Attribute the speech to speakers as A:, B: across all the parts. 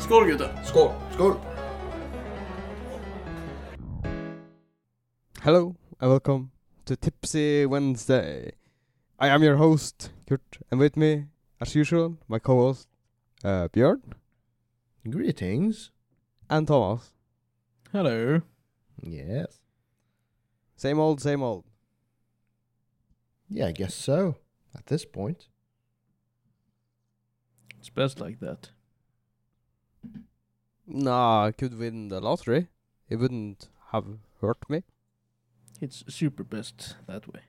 A: Skål gutten!
B: Skål!
C: Skål!
B: Hello and welcome to Tipsy Wednesday. I am your host, Kurt, and with me, as usual, my co host, uh, Björn
C: Greetings.
B: and Thomas.
A: Hello.
C: Yes.
B: Same old, same old.
C: Yeah, I guess so. At this point.
A: It's best like that.
B: Nah, I could win the lottery. It wouldn't have hurt me.
A: It's super best that way.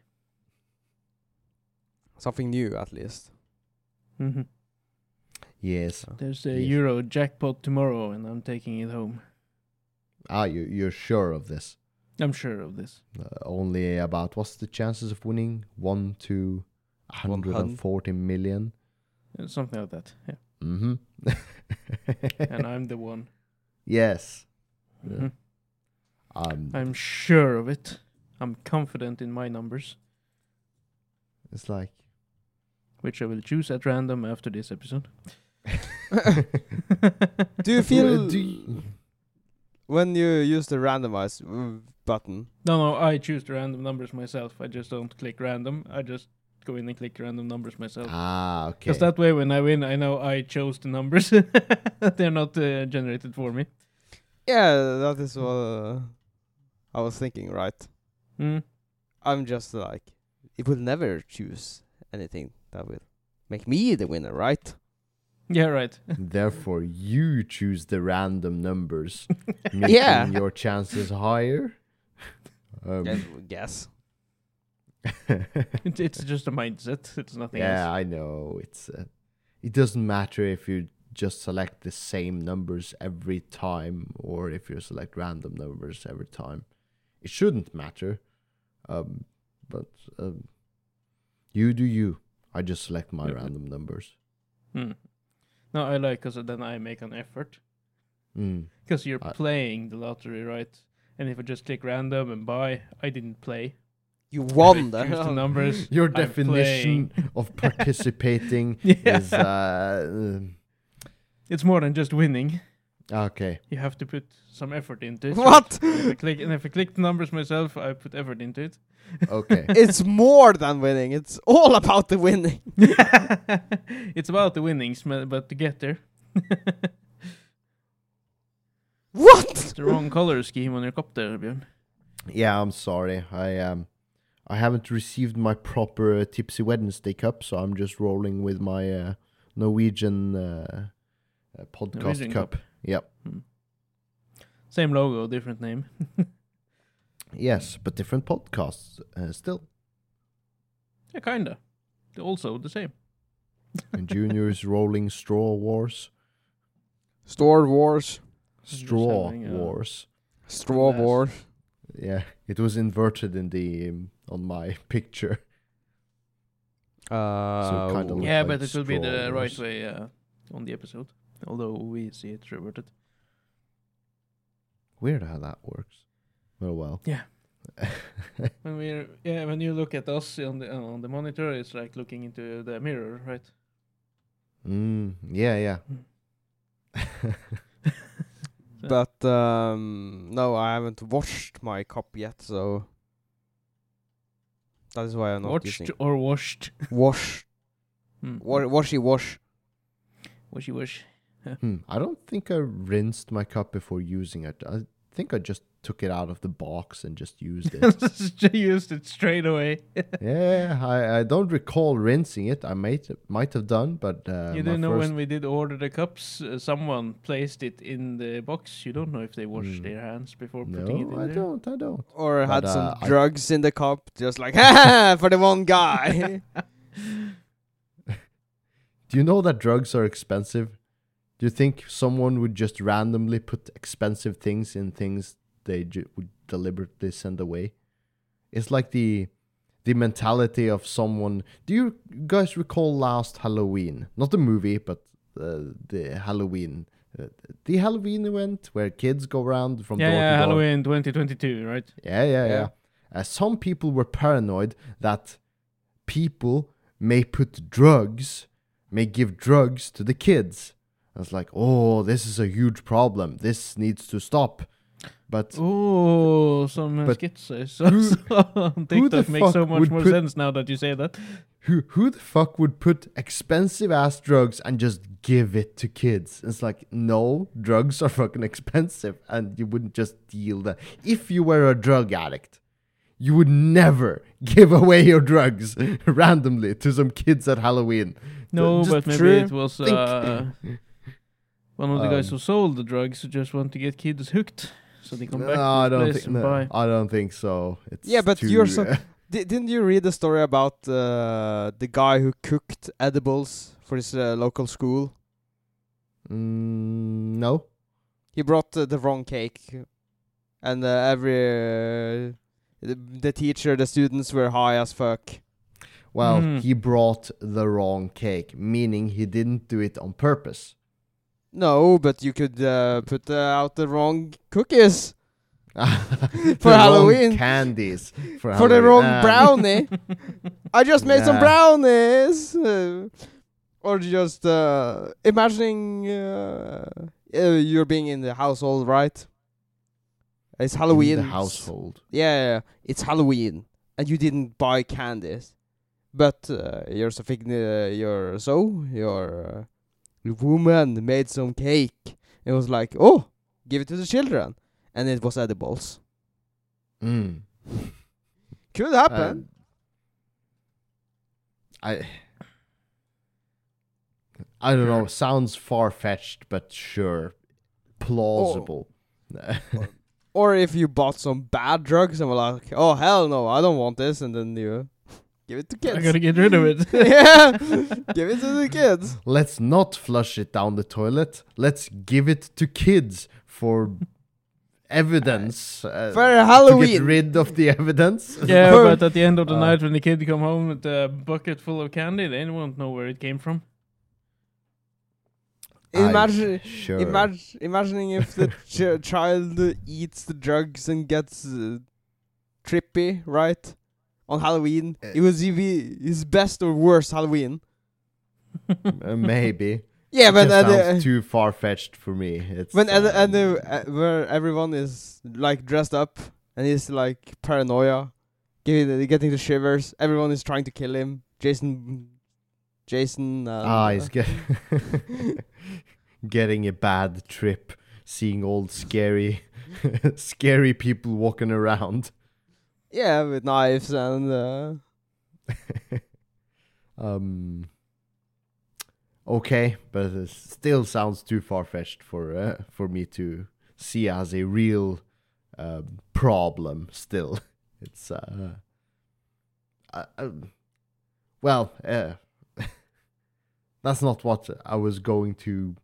B: Something new, at least.
A: Mm-hmm.
C: Yes.
A: There's a
C: Yes.
A: Euro jackpot tomorrow, and I'm taking it home.
C: Ah, you, you're sure of this.
A: I'm sure of this.
C: Uh, only about what's the chances of winning? One to a
B: One hun-
C: 140 million.
A: Uh, Something like that. Yeah.
C: Mm-hmm.
A: and I'm the one.
C: yes. Yeah.
A: Mhm.
C: Um,
A: I'm sure of it. I'm confident in my numbers,
C: it's like
A: which I will choose at random after this episode.
B: Do you feel
C: Do you-
B: when you use the randomize uh, button?
A: No, no, I choose the random numbers myself. I just don't click random. I just go in and click random numbers myself.
C: ah, okay.
A: Because that way, when I win, I know I chose the numbers. They're not uh, generated for me.
B: Yeah, that is what uh, I was thinking, right?
A: Mm.
B: I'm just like, it will never choose anything that will make me the winner, right?
A: Yeah, right.
C: Therefore, you choose the random numbers, making
B: Yeah.
C: your chances higher. Um,
B: Guess. guess.
A: It, it's just a mindset. It's nothing
C: yeah,
A: else.
C: I know. It's uh, it doesn't matter if you just select the same numbers every time or if you select random numbers every time. It shouldn't matter. Um, but um, you do you. I just select my
A: Yeah.
C: random numbers.
A: Mm. No, I like because then I make an effort.
C: Mm.
A: Because you're
C: I-
A: playing the lottery, right? And if I just click random and buy, I didn't play.
B: You
A: I
B: won the,
A: choose the numbers.
C: Your
A: I'm
C: definition of participating
A: Yeah.
C: is uh, um,
A: It's more than just winning.
C: okay.
A: You have to put some effort into it.
B: What?
A: If I click and if I click the numbers myself, I put effort into it.
C: Okay.
B: it's more than winning. It's all about the winning.
A: it's about the winnings, ma- but to get there.
B: What?
A: It's the wrong color scheme on your cup there, Björn.
C: Yeah, I'm sorry. I um, I haven't received my proper Tipsy Wednesday cup, so I'm just rolling with my uh, Norwegian uh, uh, podcast
A: Norwegian
C: cup. Yep.
A: Same logo, different name.
C: Yes, but different podcasts uh, still.
A: Yeah, kinda. They're Also the same.
C: And Junior is rolling Straw Wars.
B: Star Wars,
A: just
C: Straw
A: having a-
C: Wars.
B: Straw
A: Yes.
B: Wars.
C: Yeah, it was inverted in the um, on my picture.
B: Uh,
C: kinda
B: w-
C: Look
A: yeah,
C: like
A: but it will be the
C: straws.
A: right way uh, on the episode. Although we see it reverted.
C: Weird how that works. Oh well.
A: Yeah. When we yeah, when you look at us on the on the monitor, it's like looking into the mirror, right?
C: mm, yeah, yeah.
A: Mm.
B: but um, no, I haven't washed my cup yet, so that is why I'm not
A: Watched
B: using
A: or washed.
B: wash,
A: Hmm.
B: wa- washy wash.
A: Washy wash.
C: Hmm, I don't think I rinsed my cup before using it. I think I just took it out of the box and just used it.
A: used it straight away.
C: yeah, I, I don't recall rinsing it. I might might have done, but uh,
A: you
C: my
A: don't know
C: first-
A: when we did order the cups, uh, someone placed it in the box. You don't know if they washed
C: Mm.
A: their hands before putting it in
C: No, I
A: there.
C: don't. I don't.
B: Or
C: But,
B: had some
C: uh, I-
B: drugs in the cup, just like "Ha, for the one guy.
C: Do you know that drugs are expensive? Do you think someone would just randomly put expensive things in things they ju- would deliberately send away? It's like the the mentality of someone. Do you guys recall last Halloween? Not the movie, but uh, the Halloween, uh, the Halloween event where kids go around from
A: Yeah,
C: door
A: yeah
C: to door.
A: Halloween 2022, right?
C: Yeah, yeah,
B: Yeah.
C: yeah. Uh, some people were paranoid that people may put drugs, may give drugs to the kids. I was like, oh, this is a huge problem. This needs to stop. But
A: Oh, some uh
C: But
A: skit says so. on TikTok makes
C: fuck
A: so much
C: would
A: more
C: put-
A: sense now that you say that.
C: who who the fuck would put expensive ass drugs and just give it to kids? It's like no, drugs are fucking expensive, and you wouldn't just deal that. If you were a drug addict, you would never give away your drugs randomly to some kids at Halloween.
A: No,
C: Just
A: but maybe
C: true
A: it was uh, one of the guys
C: Um,
A: who sold the drugs who just want to get kids hooked, so they come back to
C: No, I
A: his
C: don't
A: place
C: think.
A: and
C: no,
A: buy.
C: I don't think so. It's
B: Yeah, but
C: too,
B: you're so-
C: uh,
B: Di- didn't you read the story about uh, the guy who cooked edibles for his uh, local school?
C: Mm, no.
B: He brought uh, the wrong cake, and uh, every uh, the, the teacher, the students were high as fuck.
C: Well,
A: Hmm.
C: he brought the wrong cake, meaning he didn't do it on purpose.
B: No, but you could uh, put uh, out the wrong cookies
C: for
B: Halloween.
C: candies for,
B: for the
C: Halloween.
B: wrong
C: Ah,
B: brownie. I just made some
C: Yeah.
B: brownies. Uh, or just uh, imagining uh, uh, you're being in the household, right? It's
C: in
B: Halloween.
C: the household.
B: Yeah, yeah, yeah, it's Halloween, and you didn't buy candies, but uh, your sophi- uh, your so your uh, woman made some cake. It was like, oh, give it to the children, and it was edibles.
C: Mm.
B: Could
C: Uh,
B: happen.
C: I I don't know. Sounds far fetched, but sure, plausible.
B: Oh. Or if you bought some bad drugs and were like, oh hell no, I don't want this, and then you give it to
A: I
B: kids.
A: gotta get rid of it.
B: yeah, give it to the kids.
C: Let's not flush it down the toilet. Let's give it to kids for evidence. Uh,
B: For
C: To
B: Halloween.
C: get rid of the evidence.
A: yeah,
B: Or-
A: but at the end of the
C: Uh,
A: night when the kid come home with a bucket full of candy, they won't know where it came from.
C: I-
B: Imagine.
C: Sure.
B: Imag- imagining if the ch- child uh, eats the drugs and gets uh, trippy, right? On Halloween,
C: Uh,
B: it was be his best or worst Halloween.
C: Uh, maybe.
B: Yeah, but
C: Just
B: uh, the-
C: sounds too far fetched for me. It's
B: when and, and,
C: um,
B: uh, uh, where everyone is like dressed up and he's like paranoia, getting getting the shivers. Everyone is trying to kill him. Jason, Jason. Uh,
C: ah, he's get- getting a bad trip, seeing old scary, scary people walking around.
B: yeah, with knives and uh,
C: um, okay, but it still sounds too far fetched for uh, for me to see as a real um problem. Still, it's uh, uh, um, well, uh, that's not what I was going to.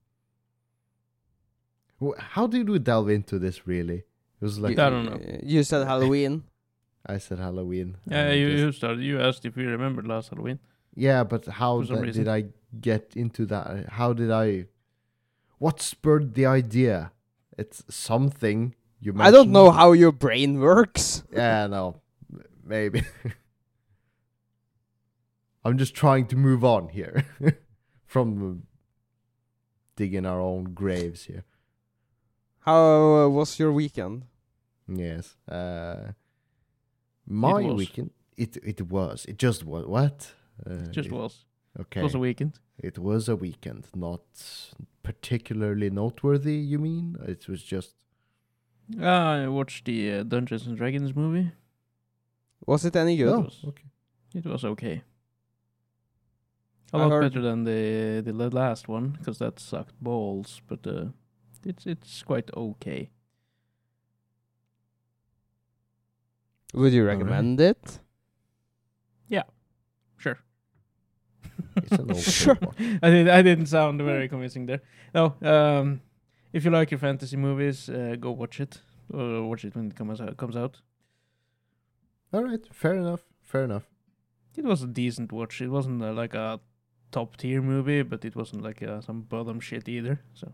C: Wh- How did we delve into this? Really, it was like
A: I don't know.
B: You said Halloween.
C: I said Halloween.
A: Yeah,
C: and
A: you,
C: Uh, just-
A: you started. You asked if you remembered last Halloween.
C: Yeah, but how
A: For some
C: th-
A: reason.
C: did I get into that? How did I? What spurred the idea? It's something you.
B: I don't
C: mentioned.
B: know how your brain works.
C: Yeah, no, M- maybe. I'm just trying to move on here from digging our own graves here.
B: How uh, was your weekend?
C: Yes. Uh, my
A: was.
C: weekend. It it was. It just was. What? Uh,
A: It just
C: it-
A: was.
C: Okay.
A: It was a weekend.
C: It was a weekend, not particularly noteworthy, you mean? It was just.
A: I watched the uh, Dungeons and Dragons movie.
B: Was it any good?
A: It
C: Oh,
A: was,
C: okay.
A: It was okay. A
B: I
A: lot
B: heard-
A: better than the the la- last one because that sucked balls, but uh, it's it's quite okay.
B: Would you
C: Alright.
B: recommend it?
A: Sure.
C: It's an old
B: Sure.
C: one.
A: I did. I didn't sound
B: Mm.
A: very convincing there. No. Um, if you like your fantasy movies, uh, go watch it or watch it when it comes out. Comes out.
C: All right, fair enough. Fair enough.
A: It was a decent watch. It wasn't uh, like a top tier movie, but it wasn't like uh, some bottom shit either. So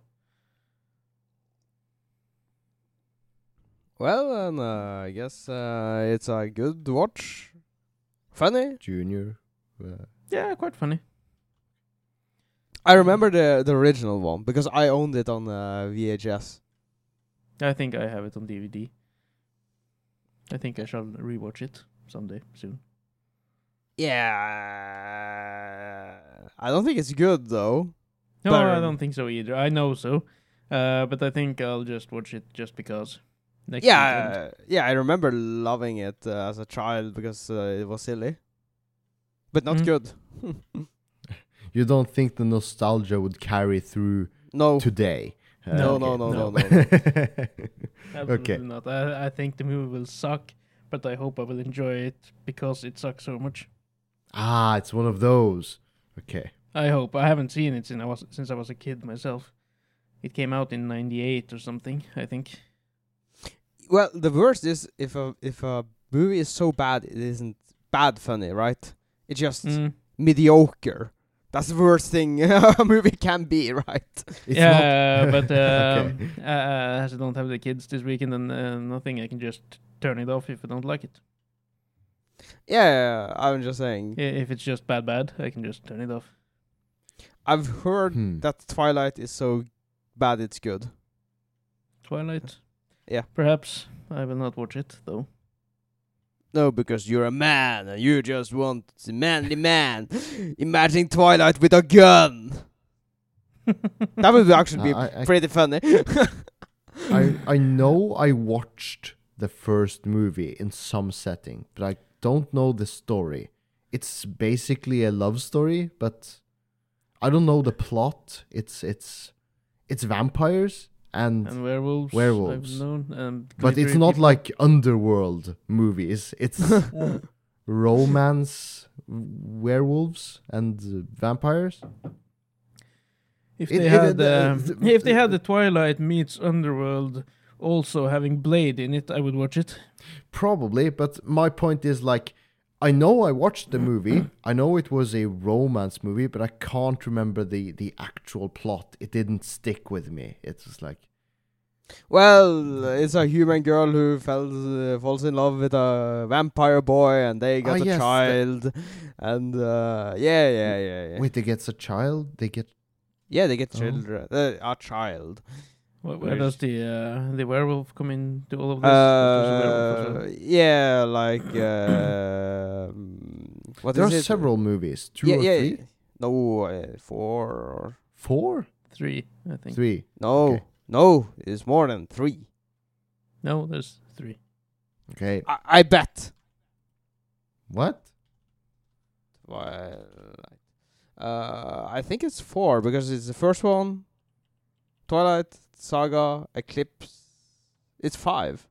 B: Well, then uh, I guess uh, it's a good watch. Funny.
C: Junior. Uh,
A: yeah, quite funny.
B: I remember the the original one because I owned it on uh, VHS.
A: I think I have it on DVD. I think I shall rewatch it someday soon.
B: Yeah, I don't think it's good though.
A: No,
B: But,
A: I
B: um,
A: don't think so either. I know so, uh, but I think I'll just watch it just because. Next weekend.
B: yeah, yeah, I remember loving it uh, as a child because uh, it was silly, but not
A: Mhm.
B: good.
C: You don't think the nostalgia would carry through
B: No,
C: today? Uh,
A: No,
B: no, no,
A: no,
B: no,
A: Absolutely not. I, I think the movie will suck, but I hope I will enjoy it because it sucks so much.
C: ah, it's one of those. Okay.
A: I hope. I haven't seen it since I was since I was a kid myself. It came out in '98 or something, I think.
B: well, the worst is if a if a movie is so bad it isn't bad funny, right? It's just
A: Mm.
B: mediocre. That's the worst thing a movie can be, right?
C: It's
A: yeah, but um,
C: Okay.
A: uh, uh, as I don't have the kids this weekend and uh, nothing, I can just turn it off if I don't like it.
B: Yeah, I'm just saying.
A: I- If it's just bad, bad, I can just turn it off.
B: I've heard
C: Hmm.
B: that Twilight is so bad it's good.
A: Twilight.
B: Yeah.
A: Perhaps I will not watch it though.
B: No, because you're a man and you just want a manly man. Imagine Twilight with a gun. That would actually be
C: I- I- I-
B: pretty funny.
C: I, I know I watched the first movie in some setting, but I don't know the story. It's basically a love story, but I don't know the plot. It's it's it's vampires and,
A: and werewolves.
C: werewolves.
A: I've known. And
C: but it's not like underworld movies. It's romance werewolves and vampires.
A: if
C: it-
A: they
C: it-
A: had
C: uh,
A: um,
C: th-
A: if they had the Twilight meets Underworld also having Blade in it, I would watch it.
C: Probably, but my point is like I know I watched the movie. I know it was a romance movie, but I can't remember the the actual plot. It didn't stick with me. It was like
B: well, it's a human girl who fell, uh, falls in love with a vampire boy and they got
C: Ah,
B: a
C: yes, the-
B: child. and uh, yeah, yeah, yeah. Yeah,
C: wait, they gets a child. They get
B: yeah they get
C: Oh.
B: children. Uh, a child.
A: Where, where
B: Right.
A: does the uh, the werewolf come into all of this? There's a werewolf as
B: Uh,
A: well.
B: yeah, like um what
C: there are
B: is it?
C: several movies. Two
B: yeah,
C: or
B: yeah,
C: three?
B: No, uh, four. Or,
C: Four?
A: Three, I think.
C: Three.
B: no,
C: Okay.
B: no, it's more than three.
A: No, there's three.
C: Okay.
B: I, I bet.
C: What?
B: Well, uh, I think it's four because it's the first one. Twilight Saga Eclipse. It's five.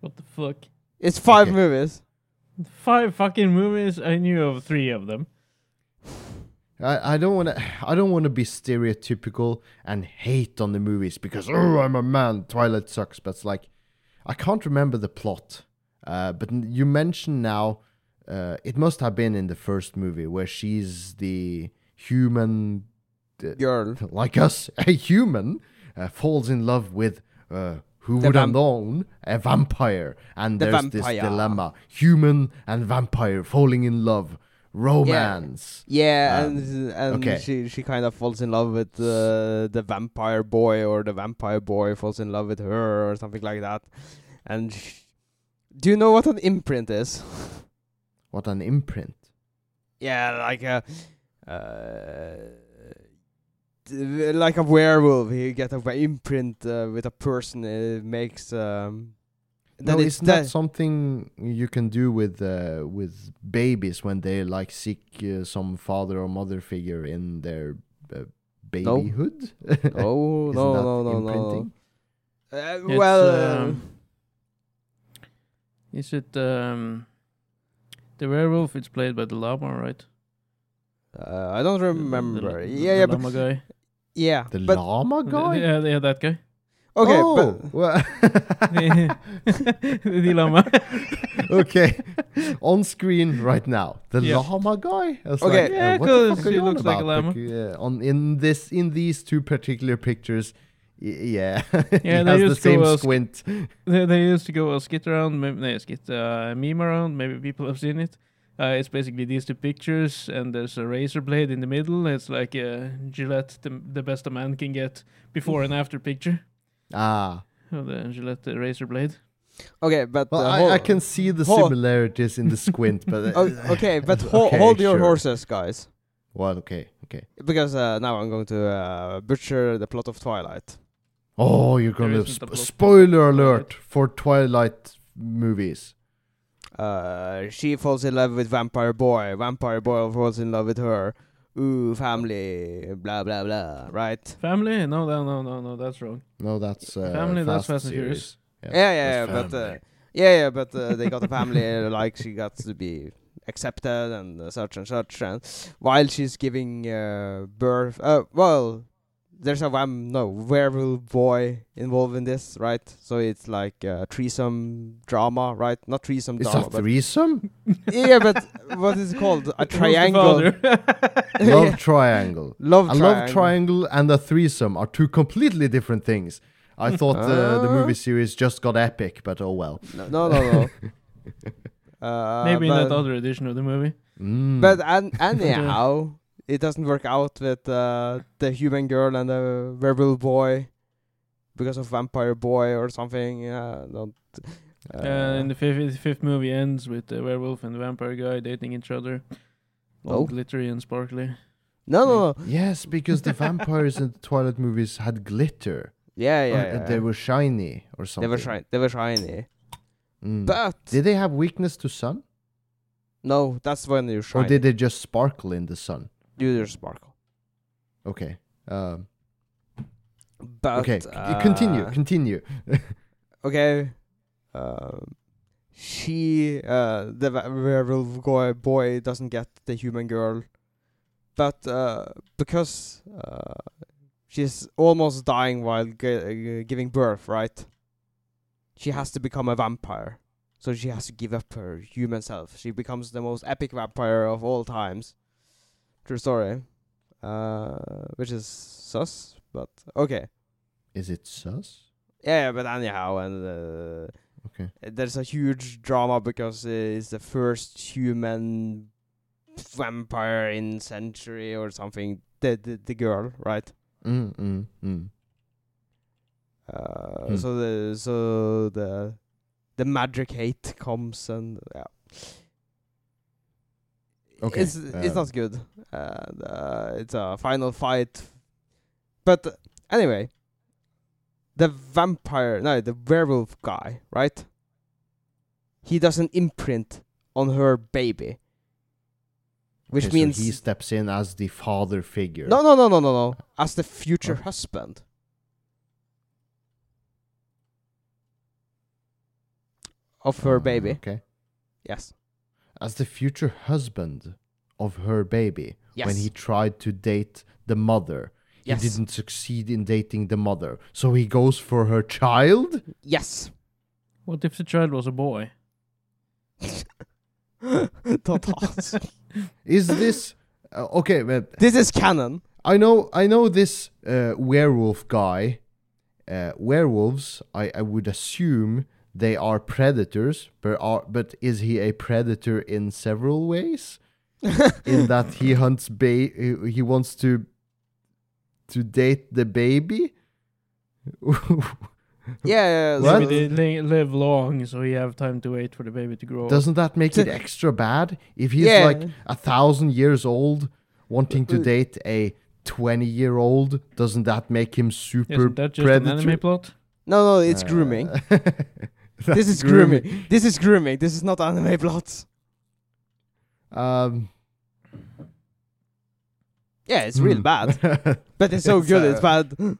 A: What the fuck?
B: It's five
C: Okay.
B: movies.
A: Five fucking movies. I knew of three of them.
C: I, I don't want to I don't want to be stereotypical and hate on the movies because oh I'm a man Twilight sucks but it's like I can't remember the plot uh, but n- you mentioned now uh, it must have been in the first movie where she's the human
B: Girl.
C: like us a human uh, falls in love with uh, who
B: The
C: would have
B: vamp-
C: known a vampire and
B: The
C: there's this
B: vampire.
C: dilemma human and vampire falling in love romance
B: Yeah,
C: Um,
B: and and
C: okay.
B: she she kind of falls in love with uh, the vampire boy, or the vampire boy falls in love with her, or something like that. And sh- do you know what an imprint is?
C: What an imprint.
B: yeah, like a uh, d- like a werewolf. You get a w- imprint uh, with a person. It makes um.
C: no, it's, not
B: the-
C: something you can do with uh, with babies when they like seek uh, some father or mother figure in their uh, babyhood.
B: no,
C: Isn't
B: Oh, no,
C: that
B: no, no, no.
C: imprinting?
B: Uh,
A: It's,
B: well,
A: um, Is it um, the werewolf? It's played by the llama, right?
B: uh, I don't
A: The- the- the
B: remember.
A: la- the
B: yeah, yeah, but
A: llama guy.
B: yeah,
C: The
B: but
C: llama guy?
A: Yeah, yeah, that guy.
B: Okay,
C: Oh,
B: but
C: well-
A: the llama.
C: okay. On screen right now, the
A: Yeah.
C: llama guy. I was
B: Okay.
C: like, uh,
A: Yeah,
C: what the
A: 'cause
C: fuck are
A: he
C: you on
A: looks like a
C: about?
A: llama.
C: Like, uh, on in this in these two particular pictures, y- yeah, he
A: Yeah, they
C: has the
A: used to,
C: same
A: uh, sc-
C: squint.
A: they, they used to go a skit around, maybe no, skit uh, meme around. Maybe people have seen it. Uh, it's basically these two pictures, and there's a razor blade in the middle. It's like a Gillette, the, the best a man can get, before and after picture
C: Ah.
A: of the Gillette uh, razor blade.
B: Okay, but
C: Oh. Well,
B: uh,
C: I,
B: hold-
C: I can see the
B: hold-
C: similarities in the squint, but uh,
B: Oh, okay, but ho-
C: Okay,
B: hold your
C: sure.
B: horses, guys,
C: Well, okay, okay.
B: because uh, now I'm going to uh, butcher the plot of Twilight.
C: Oh, you're gonna
A: isn't a
C: sp-
A: plot.
C: spoiler alert for Twilight movies.
B: Uh, she falls in love with vampire boy. Vampire boy falls in love with her. Ooh, family, blah blah blah. Right?
A: Family? No, no, no, no, no. That's wrong.
C: No, that's uh,
A: Family, that's Fast and
C: series.
A: Furious.
B: Yeah, yeah, yeah.
C: that's
B: But uh,
C: family.
B: yeah, yeah, but uh, they got a family. like she got to be accepted and uh, such and such. And while she's giving uh, birth, uh, well, there's a vam no werewolf boy involved in this, right? So it's like uh, threesome drama, right? Not threesome
C: It's
B: drama,
C: a threesome?
B: but yeah, but what is it called? A
A: Who's the
B: triangle.
A: father?
B: Yeah.
C: love triangle.
B: Love
C: A love triangle and a threesome are two completely different things. I thought uh, the
B: Ah.
C: movie series just got epic, but oh well.
B: No, no, no. uh,
A: Maybe in
B: but,
A: that other edition of the movie.
C: Mm.
B: But uh, an- anyhow, it doesn't work out with uh, the human girl and the werewolf boy because of vampire boy or something. Yeah, don't. Uh,
A: Uh, and the fifth, the fifth movie ends with the werewolf and the vampire guy dating each other. All
B: No.
A: glittery and sparkly.
B: no, no, no.
C: yes, because the vampires in the Twilight movies had glitter.
B: Yeah,
C: or-
B: yeah,
C: and
B: yeah.
C: Oh, They were shiny or
B: They
C: something.
B: were shiny. They were shiny.
C: Mm.
B: But
C: Did they have weakness to sun?
B: no, that's when you shine.
C: Or did they just sparkle in the sun?
B: you just sparkle?
C: Okay. Um,
B: But
C: okay. c-
B: uh,
C: continue. Continue.
B: okay. Um, she, uh, the va- werewolf go- boy, doesn't get the human girl, but uh, because uh, she's almost dying while g- uh, giving birth, right? She has to become a vampire, so she has to give up her human self. She becomes the most epic vampire of all times. True story, uh, which is sus, but okay.
C: Is it sus?
B: Yeah, but anyhow, and uh,
C: Okay.
B: there's a huge drama because uh, it's the first human vampire in century or something. The the, the girl, right?
C: Mm, mm, mm.
B: Uh,
C: Hmm.
B: So the so the the magic hate comes and yeah.
C: Okay,
B: It's it's
C: uh,
B: not good. And, uh, it's a final fight, but uh, anyway, the vampire no the werewolf guy right. He does an imprint on her baby, which
C: Okay, so
B: means
C: he steps in as the father figure.
B: no no no no no no as the future
C: Oh.
B: husband. Of her
C: Ah,
B: baby,
C: Okay.
B: yes,
C: As the future husband of her baby,
B: yes,
C: when he tried to date the mother,
B: yes,
C: he didn't succeed in dating the mother. So he goes for her child.
B: yes.
A: What if the child was a boy?
B: Don't ask.
C: Is this uh, okay? But
B: This is canon.
C: I know, I know this uh, werewolf guy. Uh, werewolves, I, I would assume they are predators, but are but is he a predator in several ways? in that he hunts ba- he he wants to to date the baby.
B: Yeah, yeah, yeah.
C: What?
A: Maybe they li- live long, so you have time to wait for the baby to grow.
C: Doesn't that make it
B: Th-
C: extra bad if he's
B: Yeah.
C: like a thousand years old wanting to
B: Uh,
C: date a twenty year old? Doesn't that make him super
A: Isn't that just
C: predator?
A: an anime plot?
B: No, no, it's
C: Uh,
B: grooming.
C: that's
B: This is grooming. This is grooming. This is not anime plots.
C: Um,
B: Yeah, it's real
C: hmm.
B: bad, but it's so
C: It's,
B: good. It's
C: uh,
B: bad.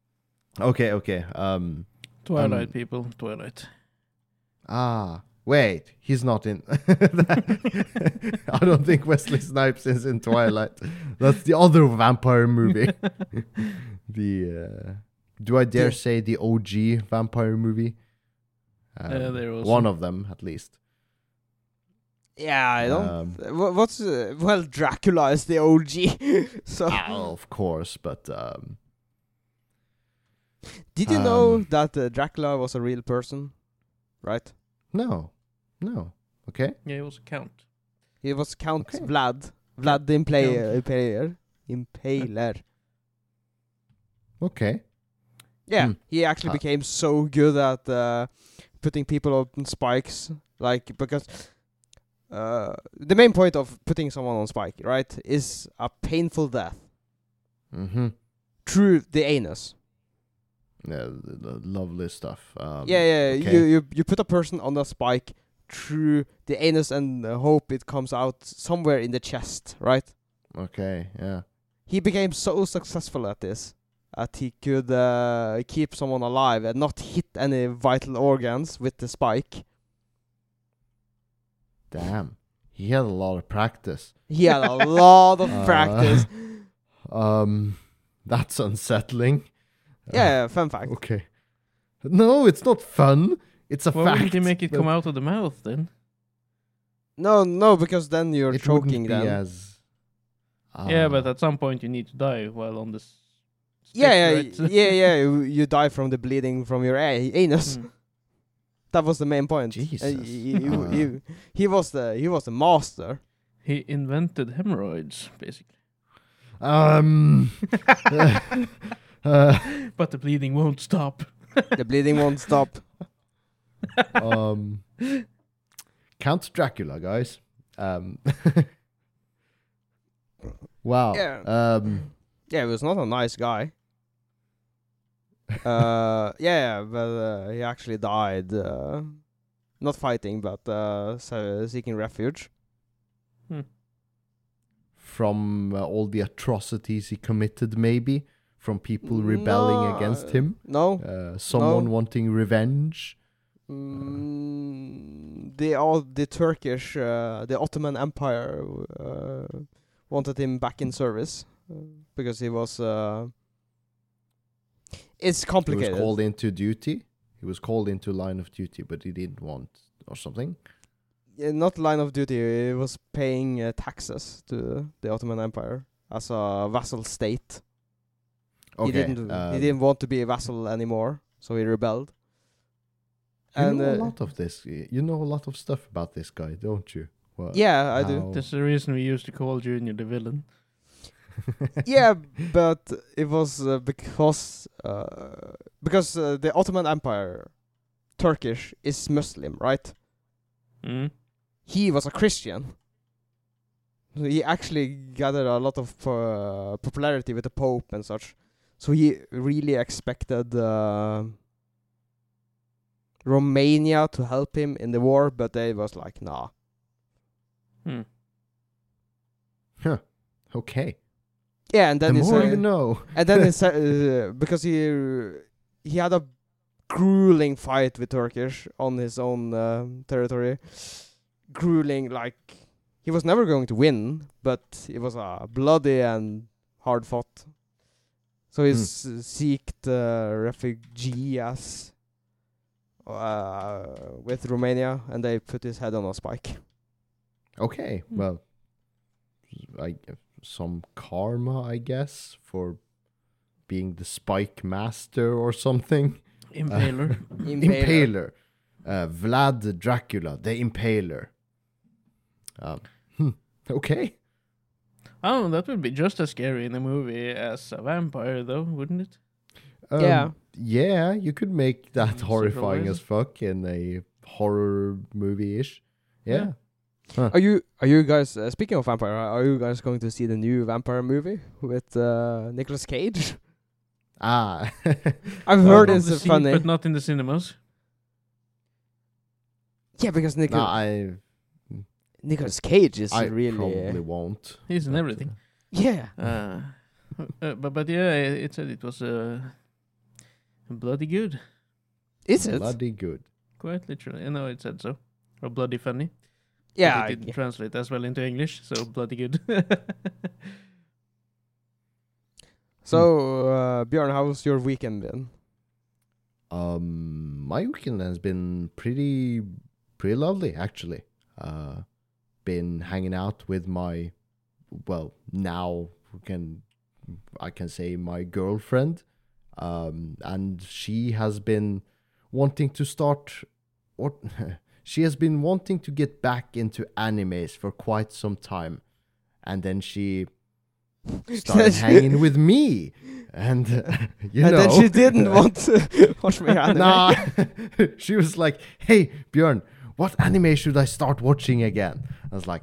C: okay, okay. Um,
A: Twilight
C: Um,
A: people, Twilight.
C: ah, wait, he's not in. I don't think Wesley Snipes is in Twilight. That's the other vampire movie. the uh, do I dare
B: Yeah.
C: say the OG vampire movie? Um,
A: Yeah, they're
C: One
A: awesome.
C: of them, at least.
B: Yeah, I don't.
C: um,
B: wha- what's uh, well, Dracula is the OG. so
C: Ah, of course, but um,
B: did you know
C: um,
B: that uh, Dracula was a real person? Right,
C: no, no. Okay,
A: Yeah, it was a count.
B: He was Count
A: Okay.
B: Vlad. Vlad the Impaler. Impaler. Impaler.
C: Okay.
B: Yeah,
C: Hmm.
B: he actually
C: Ah.
B: became so good at uh, putting people up on spikes, like because uh, the main point of putting someone on spike, right, is a painful death
C: Mm-hmm.
B: through the anus.
C: Yeah, the, the lovely stuff. Um,
B: yeah, yeah.
C: okay.
B: You, you you put a person on a spike through the anus and uh, hope it comes out somewhere in the chest, right?
C: Okay. Yeah.
B: he became so successful at this that he could uh, keep someone alive and not hit any vital organs with the spike.
C: Damn. He had a lot of practice.
B: He had a lot of
C: Uh.
B: practice.
C: Um, that's unsettling. Uh,
B: Yeah, fun fact.
C: okay. No, it's not fun. It's a
A: Why
C: fact.
A: wouldn't they make it
C: but
A: come out of the mouth then?
B: No, no, because then you're
C: it wouldn't
B: choking
C: be
B: them.
C: as-
A: yeah,
C: Ah.
A: but at some point you need to die while on this. stick,
B: yeah, yeah,
A: right?
B: yeah, yeah. You, you die from the bleeding from your a- anus.
A: Mm.
B: That was the main point. Uh,
C: Hmm. Jesus.
B: y- y- you-
C: Ah.
B: you- he was the he was the master.
A: He invented hemorrhoids, basically.
C: Um. uh,
A: But the bleeding won't stop.
B: the bleeding won't stop.
C: um. Count Dracula, guys. Um. wow.
B: Yeah.
C: Um.
B: Yeah, he was not a nice guy. uh, yeah, but uh, he actually died, uh, not fighting, but uh, so seeking refuge.
C: From uh, all the atrocities he committed, maybe from people rebelling
B: No,
C: against him,
B: No,
C: uh, someone
B: No.
C: wanting revenge.
B: mm, the all the Turkish, uh, the Ottoman Empire uh, wanted him back in service uh, because he was. Uh, it's
C: He was
B: complicated.
C: called into duty. He was called into line of duty, but he didn't want or something.
B: Yeah, not line of duty. It was paying uh, taxes to the Ottoman Empire as a vassal state.
C: Okay.
B: he didn't. he
C: um,
B: didn't want to be a vassal anymore, so he rebelled.
C: You
B: And
C: know a
B: uh,
C: lot of this. You know a lot of stuff about this guy, don't you? Well,
B: yeah, I
C: Oh.
B: do.
A: That's the reason we used to call Junior the villain.
B: yeah, but it was uh, because uh, because uh, the Ottoman Empire, Turkish, is Muslim, right?
A: Mm.
B: He was a Christian. So he actually gathered a lot of uh, popularity with the Pope and such. So he really expected uh, Romania to help him in the war, but they was like, nah.
A: Hmm.
C: Okay.
B: Yeah, and
C: The
B: then he
C: more
B: said-
C: you know.
B: and then he said, uh, because he he had a grueling fight with Turkish on his own um territory, grueling like he was never going to win, but it was uh, bloody and hard fought. So he
C: Hmm.
B: s- seeked uh, refugee as uh, with Romania, and they put his head on a spike.
C: Okay.
A: Hmm.
C: Well, I some karma, I guess, for being the spike master or something.
A: Impaler.
C: Impaler. Uh, Vlad Dracula, the Impaler. Um, hmm, okay.
A: oh, that would be just as scary in a movie as a vampire, though, wouldn't it?
C: Um,
B: Yeah.
C: Yeah, you could make that
A: Mm,
C: horrifying
A: supervisor.
C: as fuck in a horror movie ish. Yeah.
B: Are you are you guys uh, speaking of vampire? Are you guys going to see the new vampire movie with uh, Nicolas Cage?
C: Ah.
B: I've heard
A: On
B: it's
A: the
B: uh,
A: sea,
B: funny.
A: But not in the cinemas.
B: yeah, because Nicolas
C: no, I,
B: Nicolas Cage is
C: I
B: really uh,
C: probably won't.
A: He's in
C: but,
A: everything.
B: yeah.
A: Uh, uh, but, but yeah, it it said it was uh, bloody good,
B: Is
C: uh,
B: it?
C: Bloody good.
A: quite literally. I know it said so. Or bloody funny. 'cause
B: Yeah,
A: It
B: I-
A: didn't translate as well into English, so bloody good.
B: So uh, Bjorn, how's your weekend been?
C: Um, my weekend has been pretty, pretty lovely actually. Uh, been hanging out with my, well, now we can, I can say my girlfriend, um, and she has been wanting to start, or She has been wanting to get back into animes for quite some time, and then she started hanging with me, and you
B: and
C: know.
B: then she didn't want to watch me anime.
C: Nah, she was like, "Hey Björn, what anime should I start watching again?" I was like,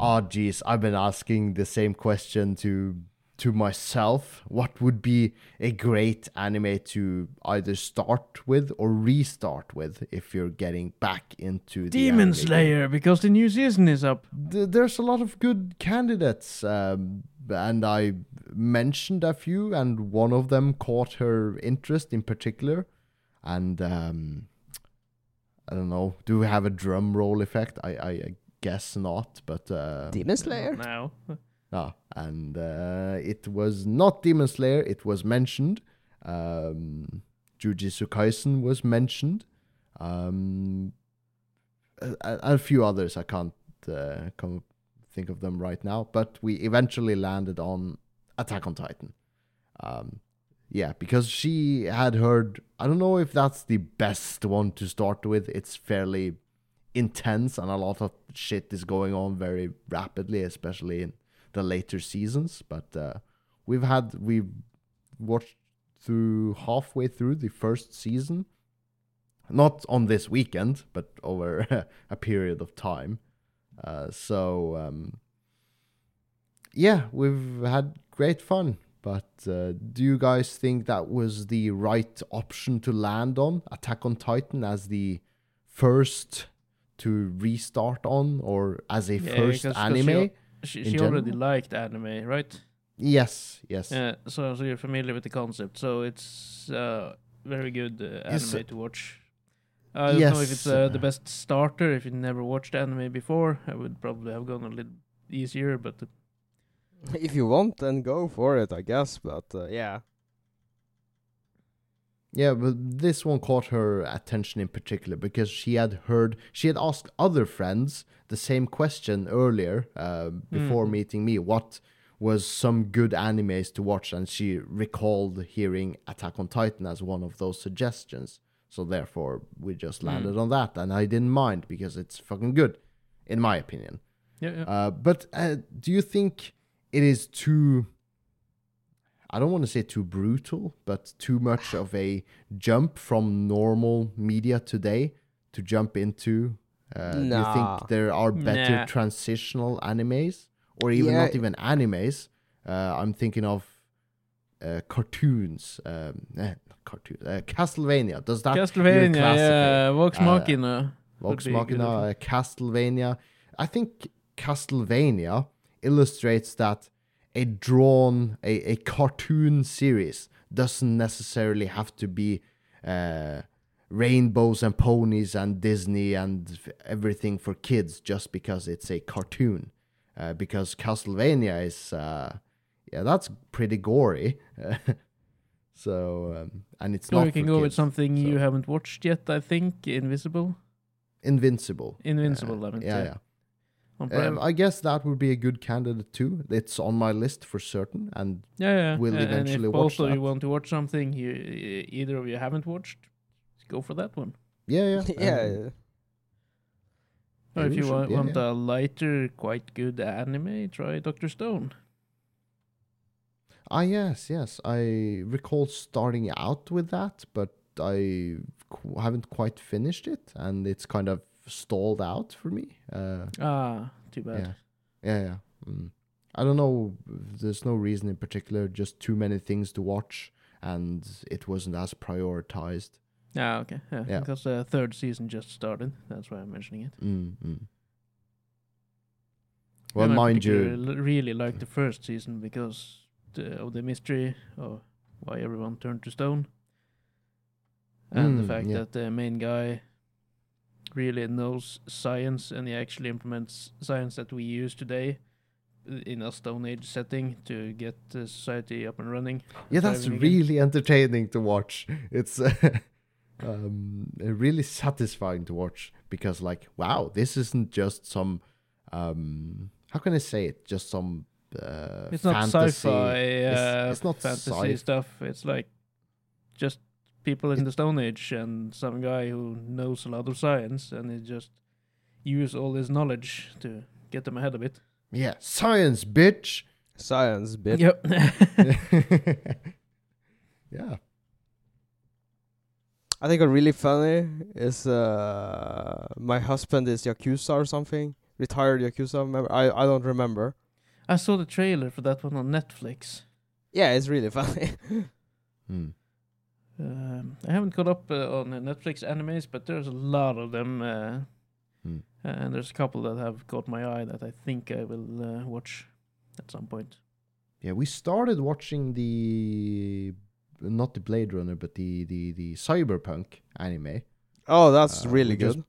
C: "Oh geez, I've been asking the same question to to myself. What would be a great anime to either start with or restart with if you're getting back into the
A: Demon
C: anime game?"
A: Slayer, because the new season is up.
C: Th- there's a lot of good candidates, um, and I mentioned a few, and one of them caught her interest in particular. And um, I don't know, do we have a drum roll effect? I, I, I guess not, but uh,
B: Demon Slayer.
A: Now.
C: Ah, and uh, it was not Demon Slayer. It was mentioned. Um, Jujutsu Kaisen was mentioned. Um, a, a a few others I can't uh, come think of them right now. But we eventually landed on Attack on Titan. Um, yeah, because she had heard. I don't know if that's the best one to start with. It's fairly intense, and a lot of shit is going on very rapidly, especially in the later seasons. But uh, we've had we watched through halfway through the first season, not on this weekend, but over a period of time. Uh, so um, yeah, we've had great fun. But uh, do you guys think that was the right option to land on Attack on Titan as the first to restart on, or as a
A: Yeah,
C: first
A: 'cause- 'cause
C: anime?
A: She,
C: In
A: she already
C: general?
A: liked anime, right?
C: Yes, yes.
A: Yeah, Uh, so, so you're familiar with the concept. So it's uh, very good uh, anime
C: Yes.
A: to watch. I don't know if it's
C: Yes,
A: uh, the
C: uh,
A: best starter. If you never watched anime before, I would probably have gone a little easier. But uh,
B: If you want, then go for it, I guess. But uh, yeah,
C: Yeah, but this one caught her attention in particular because she had heard, she had asked other friends the same question earlier uh, before meeting me. What was some good animes to watch? And she recalled hearing Attack on Titan as one of those suggestions. So therefore, we just landed on that. And I didn't mind because it's fucking good, in my opinion.
A: yeah, yeah.
C: Uh, but uh, do you think it is too? I don't want to say too brutal, but too much of a jump from normal media today to jump into. Uh, Do you
B: Nah.
C: think there are better
A: Nah.
C: transitional animes, or even
B: Yeah.
C: not even animes? Uh, I'm thinking of uh, cartoons. Um, eh, not cartoons. Uh, Castlevania. Does that
A: Castlevania,
C: classify-
A: yeah, Vox
C: uh,
A: Machina. would
C: Vox
A: be a good
C: Machina,
A: option.
C: uh, Castlevania. I think Castlevania illustrates that a drawn, a, a cartoon series doesn't necessarily have to be uh, rainbows and ponies and Disney and f- everything for kids just because it's a cartoon. Uh, because Castlevania is, uh, yeah, that's pretty gory. so, um, and it's
A: Or
C: not.
A: we can
C: for
A: go with
C: kids.
A: something
C: so-
A: you haven't watched yet. I think Invisible,
C: Invincible.
A: Invincible. I meant, uh,
C: yeah, yeah.
A: on Prime.
C: Um, I guess that would be a good candidate too. It's on my list for certain, and
A: yeah, yeah.
C: we'll
A: a- and
C: eventually
A: if
C: watch
A: both of
C: that.
A: you want to watch something you e- either of you haven't watched, go for that one.
C: yeah, yeah,
B: yeah.
C: um,
A: Or
C: Yeah,
A: if
C: we
A: you
C: should,
A: wa-
C: yeah,
A: want a
C: yeah.
A: lighter, quite good anime, try Doctor Stone.
C: Ah, yes, yes. I recall starting out with that, but I qu- haven't quite finished it, and it's kind of stalled out for me. Uh,
A: Ah, too bad.
C: yeah, yeah, yeah. Mm. I don't know. There's no reason in particular. Just too many things to watch, and it wasn't as prioritized.
A: Ah, okay. Yeah,
C: Yeah.
A: because the third season just started. That's why I'm mentioning it.
C: Mm, mm. Well,
A: And I
C: mind you,
A: particularly l- really like the first season because the, of the mystery of why everyone turned to stone, and
C: Mm,
A: the fact
C: yeah.
A: that the main guy really knows science and he actually implements science that we use today uh, in a stone age setting to get the society up and running.
C: Yeah, that's
A: driving again.
C: really entertaining to watch. It's uh, um, really satisfying to watch because, like, wow, this isn't just some. Um, how can I say it? Just some. Uh,
A: it's not
C: fantasy.
A: sci-fi. Uh,
C: It's- it's not
A: fantasy
C: sci-
A: stuff. It's like just people in the Stone Age and some guy who knows a lot of science, and he just use all his knowledge to get them ahead of it.
C: Yeah, science, bitch.
B: Science, bitch.
A: Yep.
C: yeah.
B: I think a really funny is uh, my husband is Yakuza or something. Retired Yakuza member. I, I don't remember.
A: I saw the trailer for that one on Netflix.
B: Yeah, it's really funny.
C: Hmm.
A: Um, I haven't caught up uh, on the Netflix animes, but there's a lot of them, uh,
C: Hmm.
A: and there's a couple that have caught my eye that I think I will uh, watch at some point.
C: Yeah, we started watching the not the Blade Runner, but the the the cyberpunk anime.
B: oh, that's
C: Uh,
B: really
C: we just-
B: good.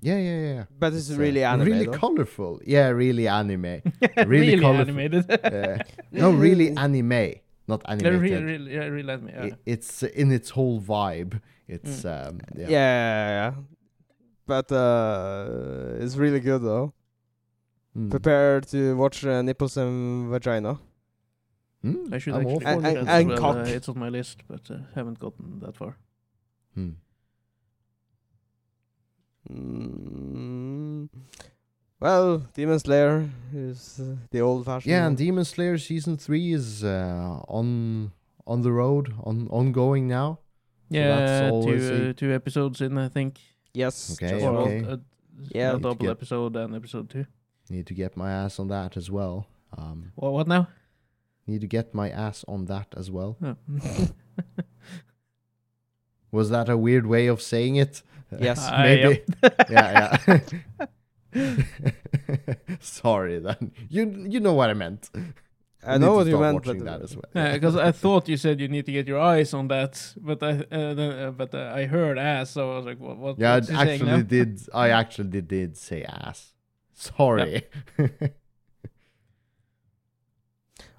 C: Yeah, yeah, yeah.
B: but it's, really anime.
C: Really
B: though.
C: colorful. Yeah, really anime.
A: really
C: colourful.
A: animated.
C: Uh, no, really anime, not
A: They're
C: animated.
A: really, really, yeah, really anime. yeah.
C: I- it's in its whole vibe. It's um,
B: Yeah.
C: yeah.
B: yeah, yeah, yeah. But uh, it's really good though.
C: Mm.
B: Prepare to watch uh, nipples and vagina.
C: Mm,
A: I should
C: I'm all
A: actually watch
B: And-
C: for it.
B: and-
A: that as
B: and
A: well.
B: cock.
A: Uh, it's on my list, but uh, haven't gotten that far.
C: Mm.
B: Mm. Well, Demon Slayer is uh, the old-fashioned.
C: Yeah,
B: one.
C: and Demon Slayer season three is uh, on on the road, on ongoing now. that's
A: yeah,
C: always
A: two
C: a-
A: uh, two episodes in, I think.
B: yes.
C: Okay,
B: just
C: Yeah,
A: or
B: one.
C: okay.
A: uh,
B: Yeah.
A: a
C: Need to
A: double
C: get-
A: episode and episode two.
C: Need to get my ass on that as well. Um,
A: What, what now?
C: need to get my ass on that as well.
A: Oh.
C: Was that a weird way of saying it?
B: Yes.
A: Ah,
C: maybe.
A: yep.
C: yeah, yeah. Sorry, then you you know what I meant.
B: I
C: need
B: know
C: to
B: what you
C: start
B: meant,
C: watching
B: but
C: that as well.
A: Because I thought you said you need to get your eyes on that, but I uh, then, uh, but uh, I heard ass, so I was like, what? what
C: Yeah,
A: what's he
C: I
A: saying now?
C: actually did. I actually did say ass. Sorry.